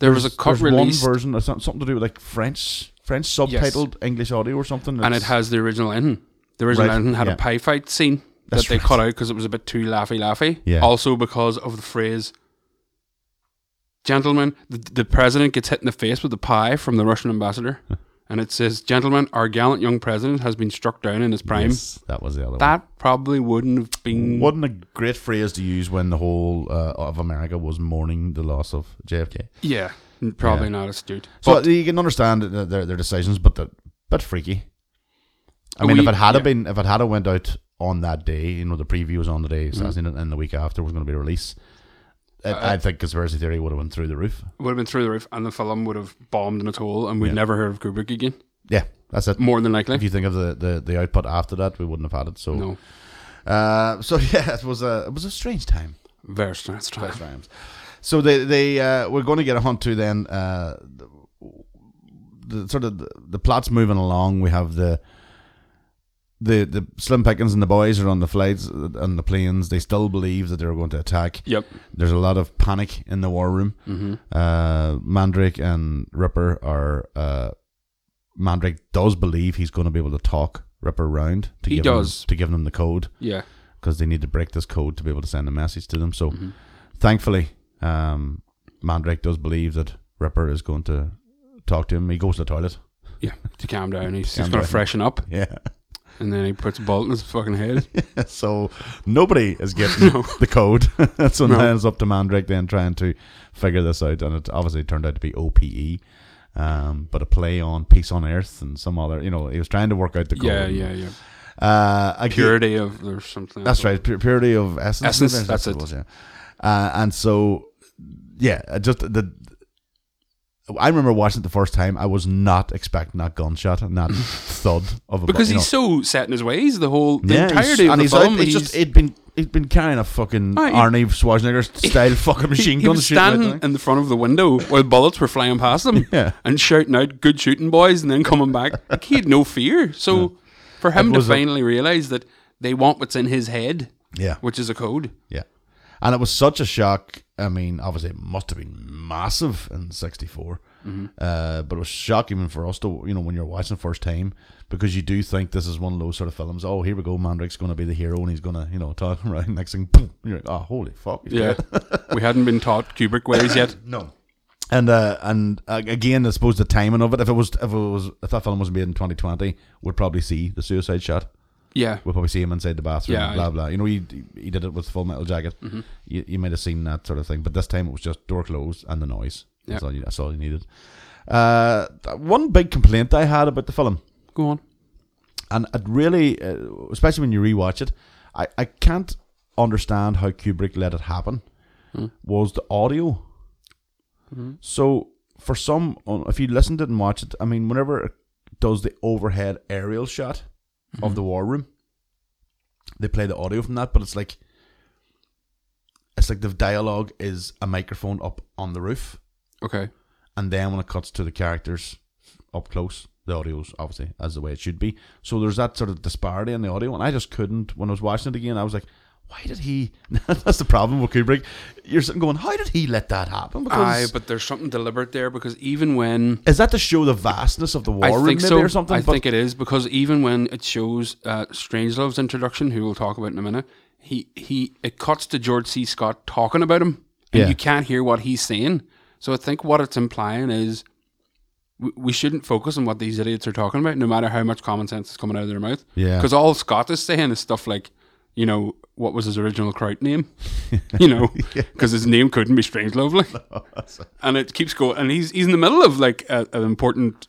Speaker 8: There was a
Speaker 7: There's-
Speaker 8: cut
Speaker 7: there's one
Speaker 8: release,
Speaker 7: version, it's something to do with like French, French subtitled English audio or something.
Speaker 8: and it
Speaker 7: It's-
Speaker 8: has the original ending. The original
Speaker 7: Right,
Speaker 8: ending had
Speaker 7: yeah.
Speaker 8: a pie fight scene
Speaker 7: That's
Speaker 8: that they
Speaker 7: right.
Speaker 8: cut out because it was a bit too laughy laughy.
Speaker 7: Yeah.
Speaker 8: Also because of the phrase, "Gentlemen, the, the president gets hit in the face with a pie from the Russian ambassador," and it says, "Gentlemen, our gallant young president has been struck down in his prime."
Speaker 7: Yes, that was the other one.
Speaker 8: That probably wouldn't have been.
Speaker 7: Wasn't a great phrase to use when the whole uh, of America was mourning the loss of JFK.
Speaker 8: Yeah, probably not astute.
Speaker 7: So
Speaker 8: but
Speaker 7: you can understand th- their their decisions, but they're a bit freaky. I mean,
Speaker 8: We-
Speaker 7: if it had
Speaker 8: yeah.
Speaker 7: have been, if it had have went out on that day, you know, the preview was on the day,
Speaker 8: Mm-hmm.
Speaker 7: so and and the week after was going to be a release. I,
Speaker 8: Uh,
Speaker 7: I think conspiracy theory would have went through the roof.
Speaker 8: would have been through the roof, and the film would have bombed in a hole, and we'd never heard of Kubrick again.
Speaker 7: Yeah, that's it.
Speaker 8: More than likely.
Speaker 7: If you think of the, the, the output after that, we wouldn't have had it. So,
Speaker 8: no,
Speaker 7: uh, so yeah, it was a it was a strange time.
Speaker 8: very strange. time.
Speaker 7: Quite times. So they they uh, we're going to get a hunt to then uh, the, the sort of the, the plot's moving along. We have the the the Slim Pickens and the boys are on the flights uh, on the planes. They still believe that they're going to attack.
Speaker 8: Yep.
Speaker 7: There's a lot of panic in the war room.
Speaker 8: Mm-hmm.
Speaker 7: Uh, Mandrake and Ripper are. Uh, Mandrake does believe he's going to be able to talk Ripper round to
Speaker 8: He
Speaker 7: give him-
Speaker 8: does.
Speaker 7: to give them the code
Speaker 8: Yeah.
Speaker 7: because they need to break this code to be able to send a message to them. So,
Speaker 8: Mm-hmm.
Speaker 7: thankfully, um, Mandrake does believe that Ripper is going to talk to him. He goes to the toilet.
Speaker 8: Yeah, to calm down. He's
Speaker 7: Calm
Speaker 8: just going
Speaker 7: down.
Speaker 8: to freshen up,
Speaker 7: Yeah.
Speaker 8: and then he puts a bolt in his fucking head.
Speaker 7: so nobody is getting the code. so now it's up to Mandrake then trying to figure this out, and it obviously turned out to be OPE. Um, but a play on peace on earth and some other, you know, he was trying to work out the code.
Speaker 8: yeah, yeah, yeah.
Speaker 7: Uh, again-
Speaker 8: Purity of there's something.
Speaker 7: That's right. Pu- purity of essence.
Speaker 8: Essence,
Speaker 7: maybe?
Speaker 8: that's
Speaker 7: what
Speaker 8: it.
Speaker 7: was, yeah. Uh, and so, yeah, I just the. I remember watching it the first time. I was not expecting that gunshot and that thud of a bu-
Speaker 8: Because
Speaker 7: you
Speaker 8: he's
Speaker 7: know.
Speaker 8: so set in his ways. The whole the
Speaker 7: Yeah, he's-
Speaker 8: entirety of
Speaker 7: and
Speaker 8: the
Speaker 7: he's
Speaker 8: film.
Speaker 7: out, he's, just he'd been he'd been carrying a fucking
Speaker 8: Oh, he-
Speaker 7: Arnie Schwarzenegger style fucking machine
Speaker 8: he,
Speaker 7: gun
Speaker 8: was
Speaker 7: shooting at
Speaker 8: standing
Speaker 7: the-
Speaker 8: in the front of the window while bullets were flying past him
Speaker 7: Yeah.
Speaker 8: and shouting out good shooting boys and then coming back like he had no fear so for him to
Speaker 7: was a-
Speaker 8: finally realize that they want what's in his head
Speaker 7: Yeah.
Speaker 8: which is a code
Speaker 7: Yeah. And it was such a shock. I mean, obviously, it must have been massive in '64, uh, but it was shocking even for us to, you know, when you're watching the first time, because you do think this is one of those sort of films. Oh, here we go, Mandrake's going to be the hero, and he's going to, you know, talk right. Next thing, boom, you're like, oh, holy fuck, he's
Speaker 8: yeah
Speaker 7: dead.
Speaker 8: we hadn't been taught Kubrick ways yet
Speaker 7: no. And uh, and uh, again, I suppose the timing of it. If it was, if it was, if that film was made in 2020, we'd probably see the suicide shot
Speaker 8: yeah
Speaker 7: we'll probably see him inside the bathroom.
Speaker 8: Yeah, Mm-hmm.
Speaker 7: blah
Speaker 8: I-
Speaker 7: blah. You know, he he did it with Full Metal Jacket. You, you might have seen that sort of thing, but this time it was just door closed and the noise. That's
Speaker 8: Yeah.
Speaker 7: all. You, that's all you needed. Uh, th- one big complaint I had about the film,
Speaker 8: go on
Speaker 7: and it really, uh, especially when you rewatch it, I I can't understand how Kubrick let it happen. Was the audio? So for some, if you listened to it and watched it, I mean, whenever it does the overhead aerial shot of the war room, they play the audio from that, but it's like it's like the dialogue is a microphone up on the roof,
Speaker 8: okay
Speaker 7: and then when it cuts to the characters up close, the audio's obviously as the way it should be. So there's that sort of disparity in the audio, and I just couldn't when I was watching it again. I was like. Why did he? That's the problem with Kubrick. You're sitting going, how did he let that happen?
Speaker 8: aye but there's something deliberate there because even when
Speaker 7: Is that to show the vastness of the war
Speaker 8: I
Speaker 7: room,
Speaker 8: think
Speaker 7: maybe,
Speaker 8: so.
Speaker 7: or something?
Speaker 8: I
Speaker 7: But-
Speaker 8: think it is because even when it shows uh, Strangelove's introduction, who we'll talk about in a minute, he he it cuts to George C. Scott talking about him, and
Speaker 7: Yeah.
Speaker 8: you can't hear what he's saying. So I think what it's implying is we, we shouldn't focus on what these idiots are talking about, no matter how much common sense is coming out of their mouth.
Speaker 7: Yeah.
Speaker 8: because all Scott is saying is stuff like. You know what was his original Kraut name? You know, because his name couldn't be Strangelove, like, and it keeps going. And he's he's in the middle of like a, an important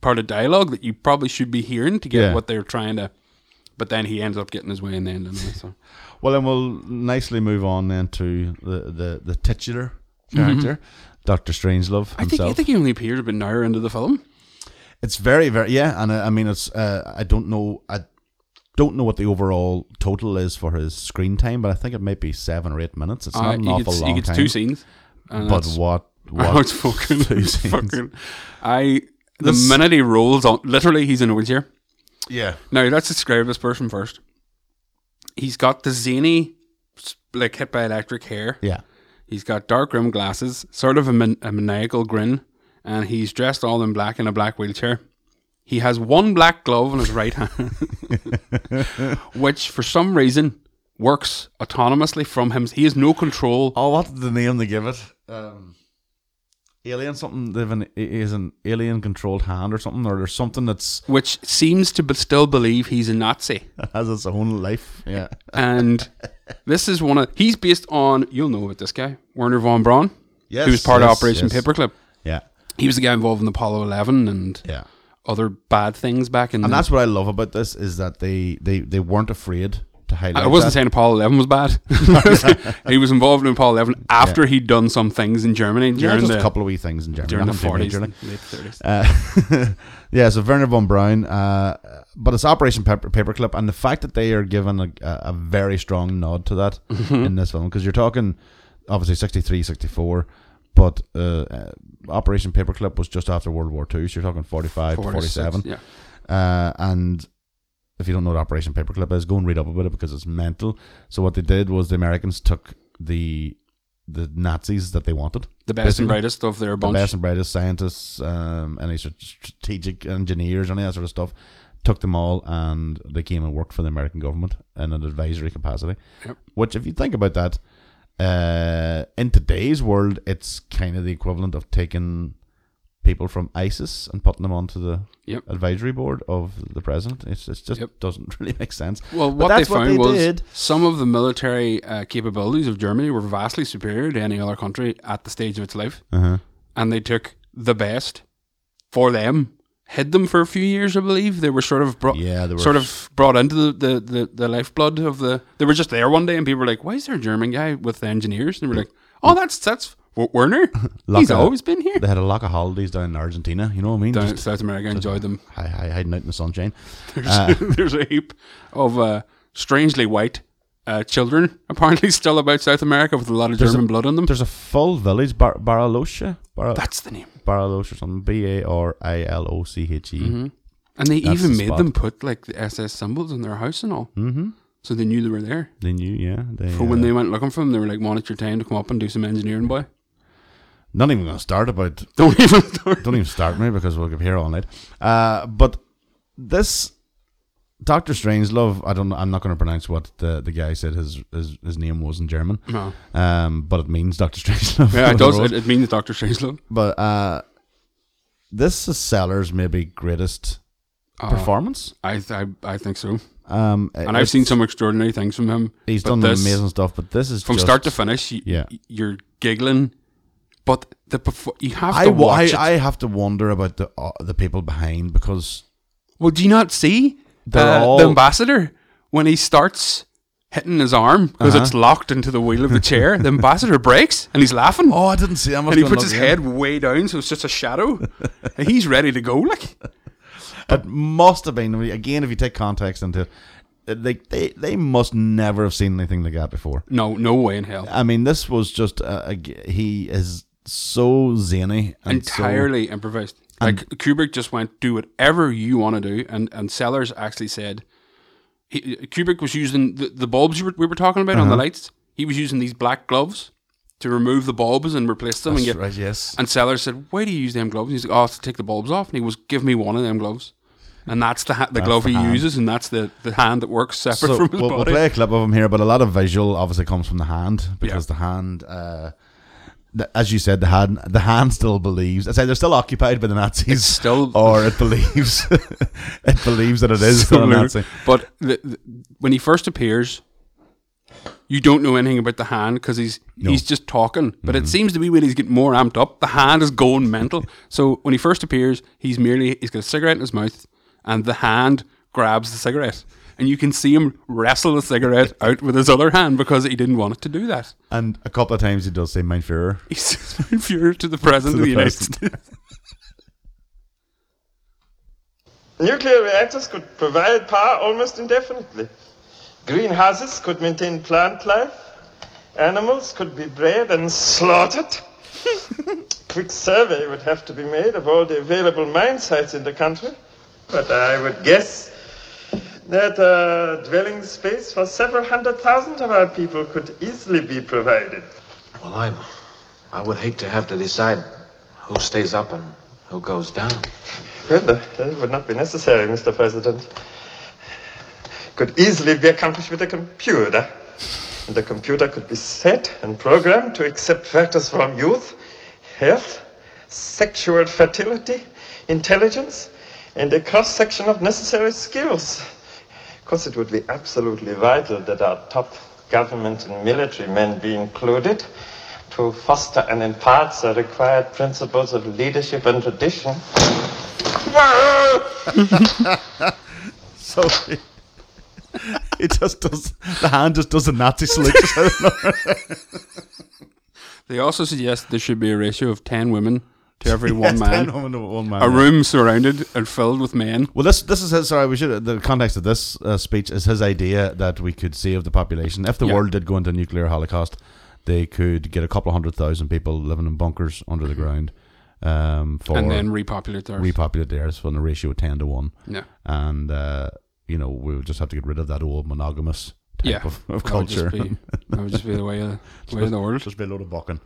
Speaker 8: part of dialogue that you probably should be hearing to get
Speaker 7: Yeah.
Speaker 8: what they're trying to. But then he ends up getting his way in the end. Anyway, so.
Speaker 7: Well, then we'll nicely move on then to the the, the titular character, Doctor Strangelove
Speaker 8: Mm-hmm. I think
Speaker 7: himself.
Speaker 8: I think he only appears about an hour into the film.
Speaker 7: it's very very yeah, and I, I mean it's uh, I don't know I don't know what the overall total is for his screen time, but I think it might be seven or eight minutes. It's
Speaker 8: Uh,
Speaker 7: not an
Speaker 8: he
Speaker 7: awful
Speaker 8: gets,
Speaker 7: long
Speaker 8: he gets
Speaker 7: time.
Speaker 8: two scenes, and
Speaker 7: but
Speaker 8: that's-
Speaker 7: what what
Speaker 8: oh, it's fucking,
Speaker 7: two scenes.
Speaker 8: fucking. I the
Speaker 7: This-
Speaker 8: minute he rolls on, literally he's in a wheelchair.
Speaker 7: yeah
Speaker 8: Now let's describe this person first. He's got the zany, s- like hit by electric hair.
Speaker 7: yeah
Speaker 8: He's got dark rimmed glasses, sort of a, man- a maniacal grin, and he's dressed all in black in a black wheelchair. He has one black glove on his right hand, which for some reason works autonomously from him. He has no control.
Speaker 7: Oh, what did the name they give it? Um, alien something. They've an is an alien controlled hand or something, or there's something that's
Speaker 8: which seems to be- still believe he's a Nazi.
Speaker 7: has its own life. Yeah.
Speaker 8: And this is one of he's based on you'll know about this guy Werner von Braun,
Speaker 7: Yes,
Speaker 8: who was part
Speaker 7: yes,
Speaker 8: of Operation
Speaker 7: yes.
Speaker 8: Paperclip.
Speaker 7: Yeah.
Speaker 8: He was the guy involved in Apollo Eleven and
Speaker 7: Yeah.
Speaker 8: other bad things back in.
Speaker 7: And
Speaker 8: the,
Speaker 7: that's what I love about this is that they they, they weren't afraid to highlight.
Speaker 8: I wasn't
Speaker 7: that.
Speaker 8: saying Apollo Eleven was bad. he was involved in Apollo Eleven after he'd done some things in Germany
Speaker 7: Yeah,
Speaker 8: during
Speaker 7: just
Speaker 8: the
Speaker 7: a couple of wee things in Germany.
Speaker 8: during the
Speaker 7: nothing too
Speaker 8: forties,
Speaker 7: major, like.
Speaker 8: late thirties.
Speaker 7: Uh, yeah, so Werner von Braun, uh, but it's Operation Pepper, Paperclip, and the fact that they are given a, a a very strong nod to that
Speaker 8: Mm.
Speaker 7: in this film, because you're talking obviously 63, 64, but uh, uh, Operation Paperclip was just after World War II, so you're talking 45 to 47.
Speaker 8: Yeah.
Speaker 7: Uh, and if you don't know what Operation Paperclip is, go and read up about it because it's mental. So what they did was the Americans took the the Nazis that they wanted,
Speaker 8: The best
Speaker 7: basically.
Speaker 8: and brightest of their bunch.
Speaker 7: The best and brightest scientists, um, any sort of strategic engineers, any of that sort of stuff, took them all and they came and worked for the American government in an advisory capacity.
Speaker 8: Yep.
Speaker 7: Which, if you think about that, uh, in today's world, it's kind of the equivalent of taking people from ISIS and putting them onto the
Speaker 8: Yep.
Speaker 7: advisory board of the president. It's, it's just
Speaker 8: Yep.
Speaker 7: doesn't really make sense.
Speaker 8: Well,
Speaker 7: But
Speaker 8: what they
Speaker 7: that's
Speaker 8: found
Speaker 7: they
Speaker 8: was
Speaker 7: did.
Speaker 8: some of the military uh, capabilities of Germany were vastly superior to any other country at the stage of its life,
Speaker 7: Uh-huh.
Speaker 8: and they took the best for them, hid them for a few years, I believe. They were sort of brought,
Speaker 7: Yeah, they were-
Speaker 8: sort of brought into the, the, the, the lifeblood of the. They were just there one day, and people were like, "Why is there a German guy with the engineers?" And they were like, "Oh, that's that's W- Werner. He's
Speaker 7: Lock up.
Speaker 8: always been here."
Speaker 7: They had a lot of holidays down in Argentina. You know what I mean?
Speaker 8: Down in
Speaker 7: Just Ah.
Speaker 8: South America, enjoyed them.
Speaker 7: hi- hi- hiding out in the sunshine. Uh,
Speaker 8: there's a heap of uh, strangely white uh, children apparently still about South America with a lot of
Speaker 7: There's
Speaker 8: German
Speaker 7: a-
Speaker 8: blood in them.
Speaker 7: There's a full village, Bar- Baraloche. Bar-
Speaker 8: That's the name.
Speaker 7: Baraloche or something. B A R I L O C H
Speaker 8: Mm-hmm.
Speaker 7: E.
Speaker 8: And they
Speaker 7: That's
Speaker 8: even
Speaker 7: the
Speaker 8: made
Speaker 7: spot.
Speaker 8: them put like the SS symbols in their house and all. Mm-hmm. So they knew they were there.
Speaker 7: They knew, yeah. They,
Speaker 8: For when
Speaker 7: uh,
Speaker 8: they went looking for them, they were like, monitor time to come up and do some engineering, boy.
Speaker 7: uh, Not even going to start about.
Speaker 8: Don't even. Don't.
Speaker 7: Don't even start me because we'll be here all night. Uh, but this. Doctor Strangelove, I don't know. I'm not going to pronounce what the, the guy said his, his his name was in German,
Speaker 8: No.
Speaker 7: um, but it means Doctor Strangelove.
Speaker 8: Yeah, it does.
Speaker 7: Otherwise-
Speaker 8: It, it means Dr. Strangelove.
Speaker 7: But uh, this is Sellers' maybe greatest performance.
Speaker 8: I, th- I I think so.
Speaker 7: Um,
Speaker 8: Uh-huh. And I've
Speaker 7: it's-
Speaker 8: seen some extraordinary things from him.
Speaker 7: He's
Speaker 8: but
Speaker 7: done
Speaker 8: this-
Speaker 7: amazing stuff, but this is
Speaker 8: From
Speaker 7: just-
Speaker 8: start to finish, you,
Speaker 7: Yeah.
Speaker 8: you're giggling. But the perfor- you have to
Speaker 7: I, wa- I,
Speaker 8: watch it.
Speaker 7: I have to wonder about the uh, the people behind because
Speaker 8: Well, do you not see
Speaker 7: They're
Speaker 8: uh,
Speaker 7: all-
Speaker 8: the ambassador when he starts hitting his arm because
Speaker 7: Uh-huh.
Speaker 8: it's locked into the wheel of the chair? the ambassador breaks and he's laughing.
Speaker 7: oh, I didn't see. I must
Speaker 8: and he
Speaker 7: go and
Speaker 8: puts
Speaker 7: look
Speaker 8: his
Speaker 7: again.
Speaker 8: head way down, so it's just a shadow. and he's ready to go. Like,
Speaker 7: It must have been again if you take context into it. They, they they must never have seen anything like that before.
Speaker 8: no, no way in hell.
Speaker 7: I mean, this was just uh, a g- he is so zany and so-
Speaker 8: Entirely improvised. Like Kubrick just went, do whatever you want to do, and and Sellers actually said, he, Kubrick was using the, the bulbs you were, we were talking about
Speaker 7: Uh-huh.
Speaker 8: on the lights. He was using these black gloves to remove the bulbs and replace them and
Speaker 7: That's
Speaker 8: get
Speaker 7: right, yes,
Speaker 8: And Sellers said, "Why do you use them gloves?" And he's like, "Oh, it's to take the bulbs off." And he was, "Give me one of them gloves." And that's the ha- the glove
Speaker 7: the
Speaker 8: he
Speaker 7: hand.
Speaker 8: uses, and that's the, the hand that works separate from his
Speaker 7: we'll, we'll
Speaker 8: body.
Speaker 7: play a clip of him here, but a lot of visual obviously comes from the hand because
Speaker 8: Yeah.
Speaker 7: the hand, uh, the, as you said, the hand the hand still believes. It's either still occupied by the Nazis,
Speaker 8: It's still-
Speaker 7: or it believes it believes that it is
Speaker 8: So
Speaker 7: still a
Speaker 8: weird.
Speaker 7: Nazi.
Speaker 8: But the, the, when he first appears, you don't know anything about the hand because he's he's just talking. But it seems to be when he's getting more amped up, the hand is going mental. so when he first appears, he's merely he's got a cigarette in his mouth, and the hand grabs the cigarette. And you can see him wrestle the cigarette out with his other hand because he didn't want it to do that.
Speaker 7: And a couple of times he does say "Mein Führer."
Speaker 8: He says, "Mein Führer to the President
Speaker 7: To
Speaker 8: of
Speaker 7: the
Speaker 8: the United
Speaker 7: President.
Speaker 8: States.
Speaker 11: Nuclear reactors could provide power almost indefinitely. Greenhouses could maintain plant life. Animals could be bred and slaughtered. Quick survey would have to be made of all the available mine sites in the country. But I would guess that uh, dwelling space for several hundred thousand of our people could easily be provided.
Speaker 12: Well, I, I would hate to have to decide who stays up and who goes down.
Speaker 11: Well, that would not be necessary, Mr. President. Could easily be accomplished with a computer. And the computer could be set and programmed to accept factors from youth, health, sexual fertility, intelligence, and a cross section of necessary skills. Of course, it would be absolutely vital that our top government and military men be included to foster and impart the required principles of leadership and tradition.
Speaker 7: so he, he just does the hand just does a Nazi salute. just out of nowhere.
Speaker 8: They also suggest there should be a ratio of 10 women to every one
Speaker 7: Yeah,
Speaker 8: man.
Speaker 7: 10 women to one man,
Speaker 8: A
Speaker 7: yeah.
Speaker 8: room surrounded and filled with men.
Speaker 7: Well, this this is his, sorry. We should the context of this uh, speech is his idea that we could save the population if the
Speaker 8: Yeah.
Speaker 7: world did go into a nuclear holocaust. They could get a couple of hundred thousand people living in bunkers under the ground, um, for
Speaker 8: Mm-hmm. And then repopulate the Earth.
Speaker 7: repopulate the Earth on a ratio of ten to one.
Speaker 8: Yeah.
Speaker 7: and uh, you know we would just have to get rid of that old monogamous type
Speaker 8: Yeah.
Speaker 7: of, of
Speaker 8: That would
Speaker 7: culture.
Speaker 8: just be- that would just be the way of- way of the world.
Speaker 7: Just be a load of bucking.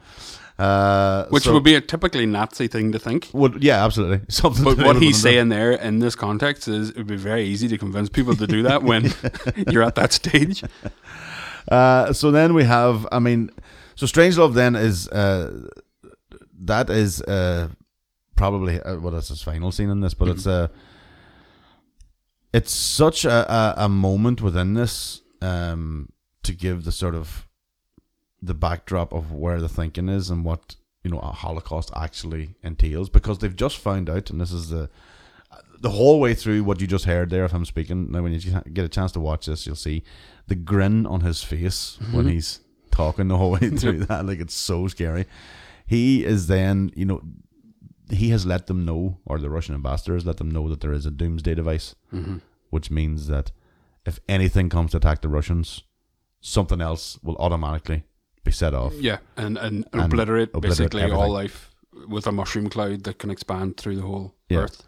Speaker 7: Uh,
Speaker 8: Which
Speaker 7: so-
Speaker 8: would be a typically Nazi thing to think.
Speaker 7: Would, yeah, absolutely. Something
Speaker 8: But
Speaker 7: that
Speaker 8: what
Speaker 7: they wouldn't
Speaker 8: he's
Speaker 7: do.
Speaker 8: saying there in this context is it would be very easy to convince people to do that when you're at that stage.
Speaker 7: Uh, so then we have, I mean, so Strange Love then is uh, that is uh, probably uh, well, that's his final scene in this, but it's uh, it's such a, a, a moment within this um, to give the sort of the backdrop of where the thinking is and what you know a Holocaust actually entails, because they've just found out, and this is the the whole way through what you just heard there of him speaking. Now, when you get a chance to watch this, you'll see the grin on his face when
Speaker 8: Mhm.
Speaker 7: he's talking the whole way through that. Like it's so scary. He is then, you know, he has let them know, or the Russian ambassador has let them know that there is a doomsday device,
Speaker 8: Mhm.
Speaker 7: which means that if anything comes to attack the Russians, something else will automatically be set off.
Speaker 8: Yeah, and, and,
Speaker 7: And
Speaker 8: obliterate,
Speaker 7: obliterate
Speaker 8: basically
Speaker 7: everything.
Speaker 8: all life with a mushroom cloud that can expand through the whole
Speaker 7: Yeah.
Speaker 8: Earth.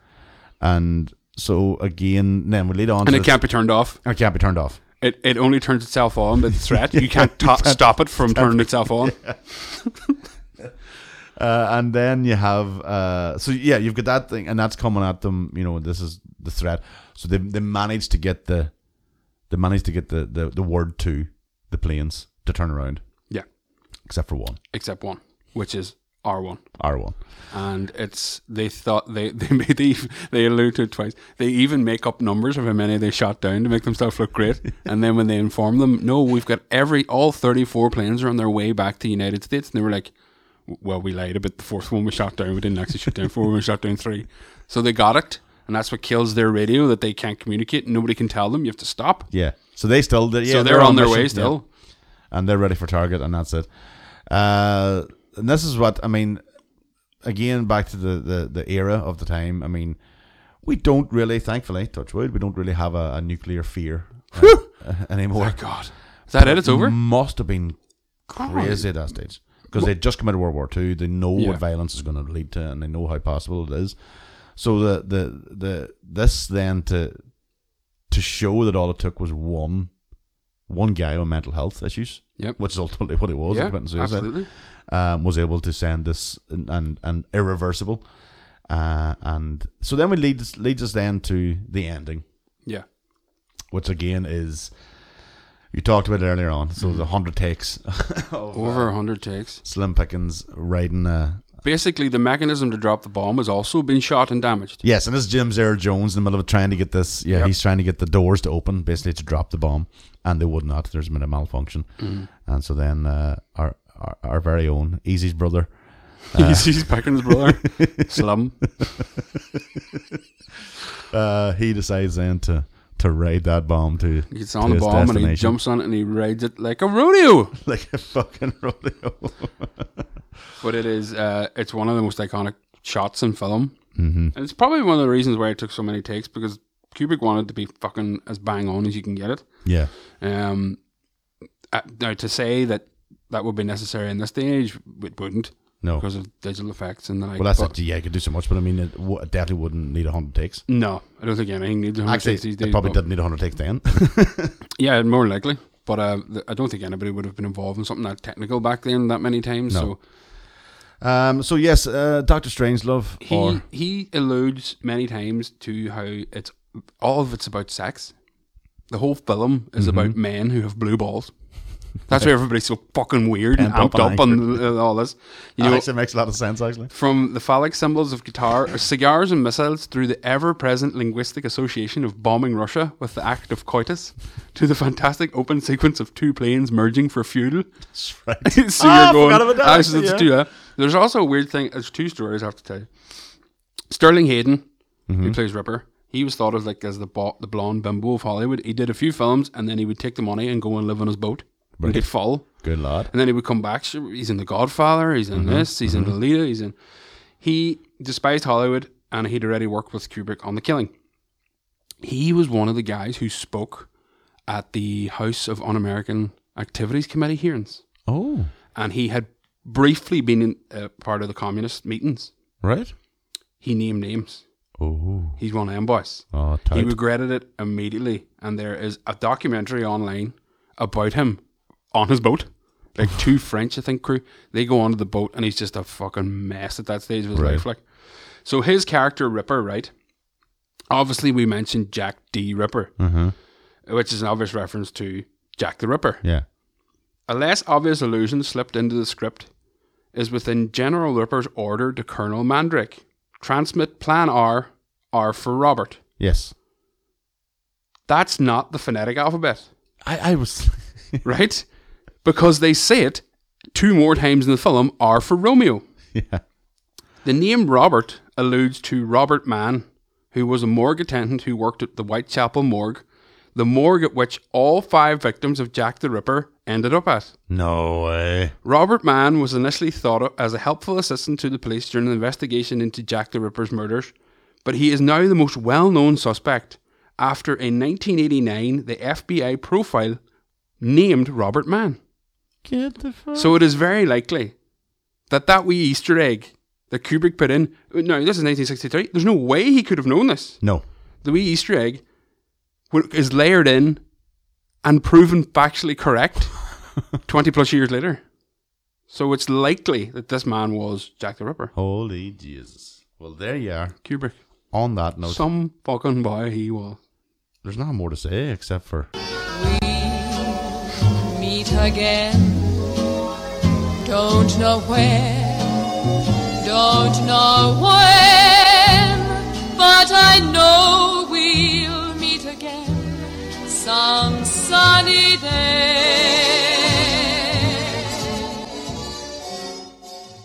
Speaker 7: And so again, then we lead on,
Speaker 8: And
Speaker 7: to
Speaker 8: it
Speaker 7: this-
Speaker 8: can't be turned off.
Speaker 7: It can't be turned off.
Speaker 8: It, it only turns itself on by the threat.
Speaker 7: Yeah,
Speaker 8: You can't,
Speaker 7: you
Speaker 8: to-
Speaker 7: can't
Speaker 8: stop it from
Speaker 7: stop
Speaker 8: turning
Speaker 7: it.
Speaker 8: itself on.
Speaker 7: Uh, and then you have uh, so yeah, you've got that thing, and that's coming at them. You know, this is the threat. So they they managed to get the they managed to get the the, the word to the planes to turn around.
Speaker 8: Yeah.
Speaker 7: except for one
Speaker 8: Except one, which is R1.
Speaker 7: R one.
Speaker 8: and it's they thought they they made they, they allude to it twice. They even make up numbers of how many they shot down to make themselves look great. And then when they inform them, no, we've got every all thirty four planes are on their way back to the United States, and they were like, well, we lied about the fourth one we shot down. We didn't actually shoot down four. We shot down three. So they got it, and that's what kills their radio that they can't communicate. Nobody can tell them. You have to stop.
Speaker 7: Yeah. So they still they- yeah,
Speaker 8: So they're on their way
Speaker 7: mission,
Speaker 8: still.
Speaker 7: yeah. and they're ready for target, and that's it. Uh, and this is what I mean. Again, back to the, the, the era of the time. I mean, we don't really, thankfully, touch wood, we don't really have a, a nuclear fear uh, uh, anymore.
Speaker 8: Thank God. Is that it? It's over?
Speaker 7: Must have been
Speaker 8: God.
Speaker 7: Mm, crazy at that stage because they just committed World War Two. They know
Speaker 8: Yeah.
Speaker 7: what violence is going to lead to, and they know how possible it is. So the the the this then to to show that all it took was one one guy with mental health issues,
Speaker 8: Yep.
Speaker 7: which is ultimately what it was.
Speaker 8: Yeah,
Speaker 7: committing suicide,
Speaker 8: absolutely.
Speaker 7: Um, was able to send this and and, and irreversible, uh, and so then we leads leads us then to the ending
Speaker 8: Yeah.
Speaker 7: which again is you talked about it earlier on. So
Speaker 8: Mm-hmm.
Speaker 7: the hundred takes, of,
Speaker 8: Over
Speaker 7: uh,
Speaker 8: 100 takes.
Speaker 7: Slim Pickens riding uh, a
Speaker 8: Basically, the mechanism to drop the bomb has also been shot and damaged.
Speaker 7: yes, and this is Jim Zara Jones in the middle of trying to get this. Yeah,
Speaker 8: Yep.
Speaker 7: he's trying to get the doors to open, basically to drop the bomb, and they would not. There's been a malfunction,
Speaker 8: Mhm.
Speaker 7: and so then uh, our, our our very own Easy's brother,
Speaker 8: Easy's Pickens' brother, Slim.
Speaker 7: uh, he decides then to to raid that bomb to
Speaker 8: He gets
Speaker 7: to
Speaker 8: on the
Speaker 7: his
Speaker 8: bomb and he
Speaker 7: destination.
Speaker 8: jumps on it and he rides it like a rodeo,
Speaker 7: like a fucking rodeo.
Speaker 8: but it is uh, it's one of the most iconic shots in film,
Speaker 7: Mhm.
Speaker 8: and it's probably one of the reasons why it took so many takes because Kubrick wanted to be fucking as bang on as you can get it.
Speaker 7: Yeah.
Speaker 8: Um. uh, now to say that that would be necessary in this day and age, it wouldn't.
Speaker 7: No.
Speaker 8: because of digital effects and the like.
Speaker 7: Well, that's
Speaker 8: but-
Speaker 7: it. Yeah, you could do so much, but I mean, it, w- it definitely wouldn't need a hundred takes.
Speaker 8: No, I don't think anything needs 100
Speaker 7: Actually,
Speaker 8: takes these
Speaker 7: they
Speaker 8: days,
Speaker 7: probably
Speaker 8: but-
Speaker 7: didn't need a hundred takes then.
Speaker 8: Yeah, more likely. But uh, th- I don't think anybody would have been involved in something that technical back then that many times.
Speaker 7: No.
Speaker 8: So
Speaker 7: Um, so yes, uh, Doctor Strangelove.
Speaker 8: he
Speaker 7: or
Speaker 8: he alludes many times to how it's all of it's about sex. The whole film is
Speaker 7: Mhm.
Speaker 8: about men who have blue balls. That's why everybody's so fucking weird and
Speaker 7: Pent up
Speaker 8: amped up
Speaker 7: and
Speaker 8: on uh, all this. You know,
Speaker 7: Alex, it makes a lot of sense actually.
Speaker 8: from the phallic symbols of guitar, uh, cigars, and missiles through the ever present linguistic association of bombing Russia with the act of coitus to the fantastic open sequence of two planes merging for fuel. That's
Speaker 7: right.
Speaker 8: so
Speaker 13: Ah, I
Speaker 8: you're going.
Speaker 13: forgot about that,
Speaker 8: "Ah, so
Speaker 13: actually,
Speaker 8: that's
Speaker 13: yeah."
Speaker 8: two, uh, There's also a weird thing. There's two stories I have to tell you. Sterling Hayden, who
Speaker 7: Mhm.
Speaker 8: plays Ripper, he was thought of like as the bo- the blonde bimbo of Hollywood. He did a few films and then he would take the money and go and live on his boat.
Speaker 7: Right.
Speaker 8: And he'd fall.
Speaker 7: Good lord.
Speaker 8: And then he would come back. Sure, He's in The Godfather. He's in
Speaker 7: Mhm,
Speaker 8: this. He's
Speaker 7: mhm.
Speaker 8: in Lolita. He's in. He despised Hollywood, and he'd already worked with Kubrick on The Killing. He was one of the guys who spoke at the House of Un-American Activities Committee hearings,
Speaker 7: Oh,
Speaker 8: and he had briefly been in, uh, part of the communist meetings.
Speaker 7: right.
Speaker 8: He named names.
Speaker 7: Oh,
Speaker 8: He's one of them boys.
Speaker 7: Oh, tight.
Speaker 8: He regretted it immediately, and there is a documentary online about him on his boat. Like two French, I think, crew. They go onto the boat, and he's just a fucking mess at that stage of his
Speaker 7: Right.
Speaker 8: life. Like, so his character Ripper, right? Obviously, we mentioned Jack D. Ripper,
Speaker 7: Mhm.
Speaker 8: which is an obvious reference to Jack the Ripper.
Speaker 7: Yeah.
Speaker 8: A less obvious allusion slipped into the script is within General Ripper's order to Colonel Mandrake. Transmit Plan R, R for Robert.
Speaker 7: yes.
Speaker 8: That's not the phonetic alphabet.
Speaker 7: I, I was
Speaker 8: right because they say it two more times in the film. R for Romeo.
Speaker 7: Yeah.
Speaker 8: The name Robert alludes to Robert Mann, who was a morgue attendant who worked at the Whitechapel morgue, the morgue at which all five victims of Jack the Ripper ended up at.
Speaker 7: No way.
Speaker 8: Robert Mann was initially thought of as a helpful assistant to the police during an investigation into Jack the Ripper's murders, but he is now the most well known suspect after in 1989 the FBI profile named Robert Mann.
Speaker 7: Get the fuck.
Speaker 8: So it is very likely that that wee Easter egg that Kubrick put in. No, this is 1963. There's no way he could have known this.
Speaker 7: No.
Speaker 8: The wee Easter egg w- is layered in and proven factually correct 20 plus years later. So it's likely that this man was Jack the Ripper.
Speaker 7: Holy Jesus. Well, there you are.
Speaker 8: Kubrick.
Speaker 7: On that note,
Speaker 8: Some fucking boy he was.
Speaker 7: there's nothing more to say except for
Speaker 14: meet again. Don't know where, don't know when, but I know we'll meet again some sunny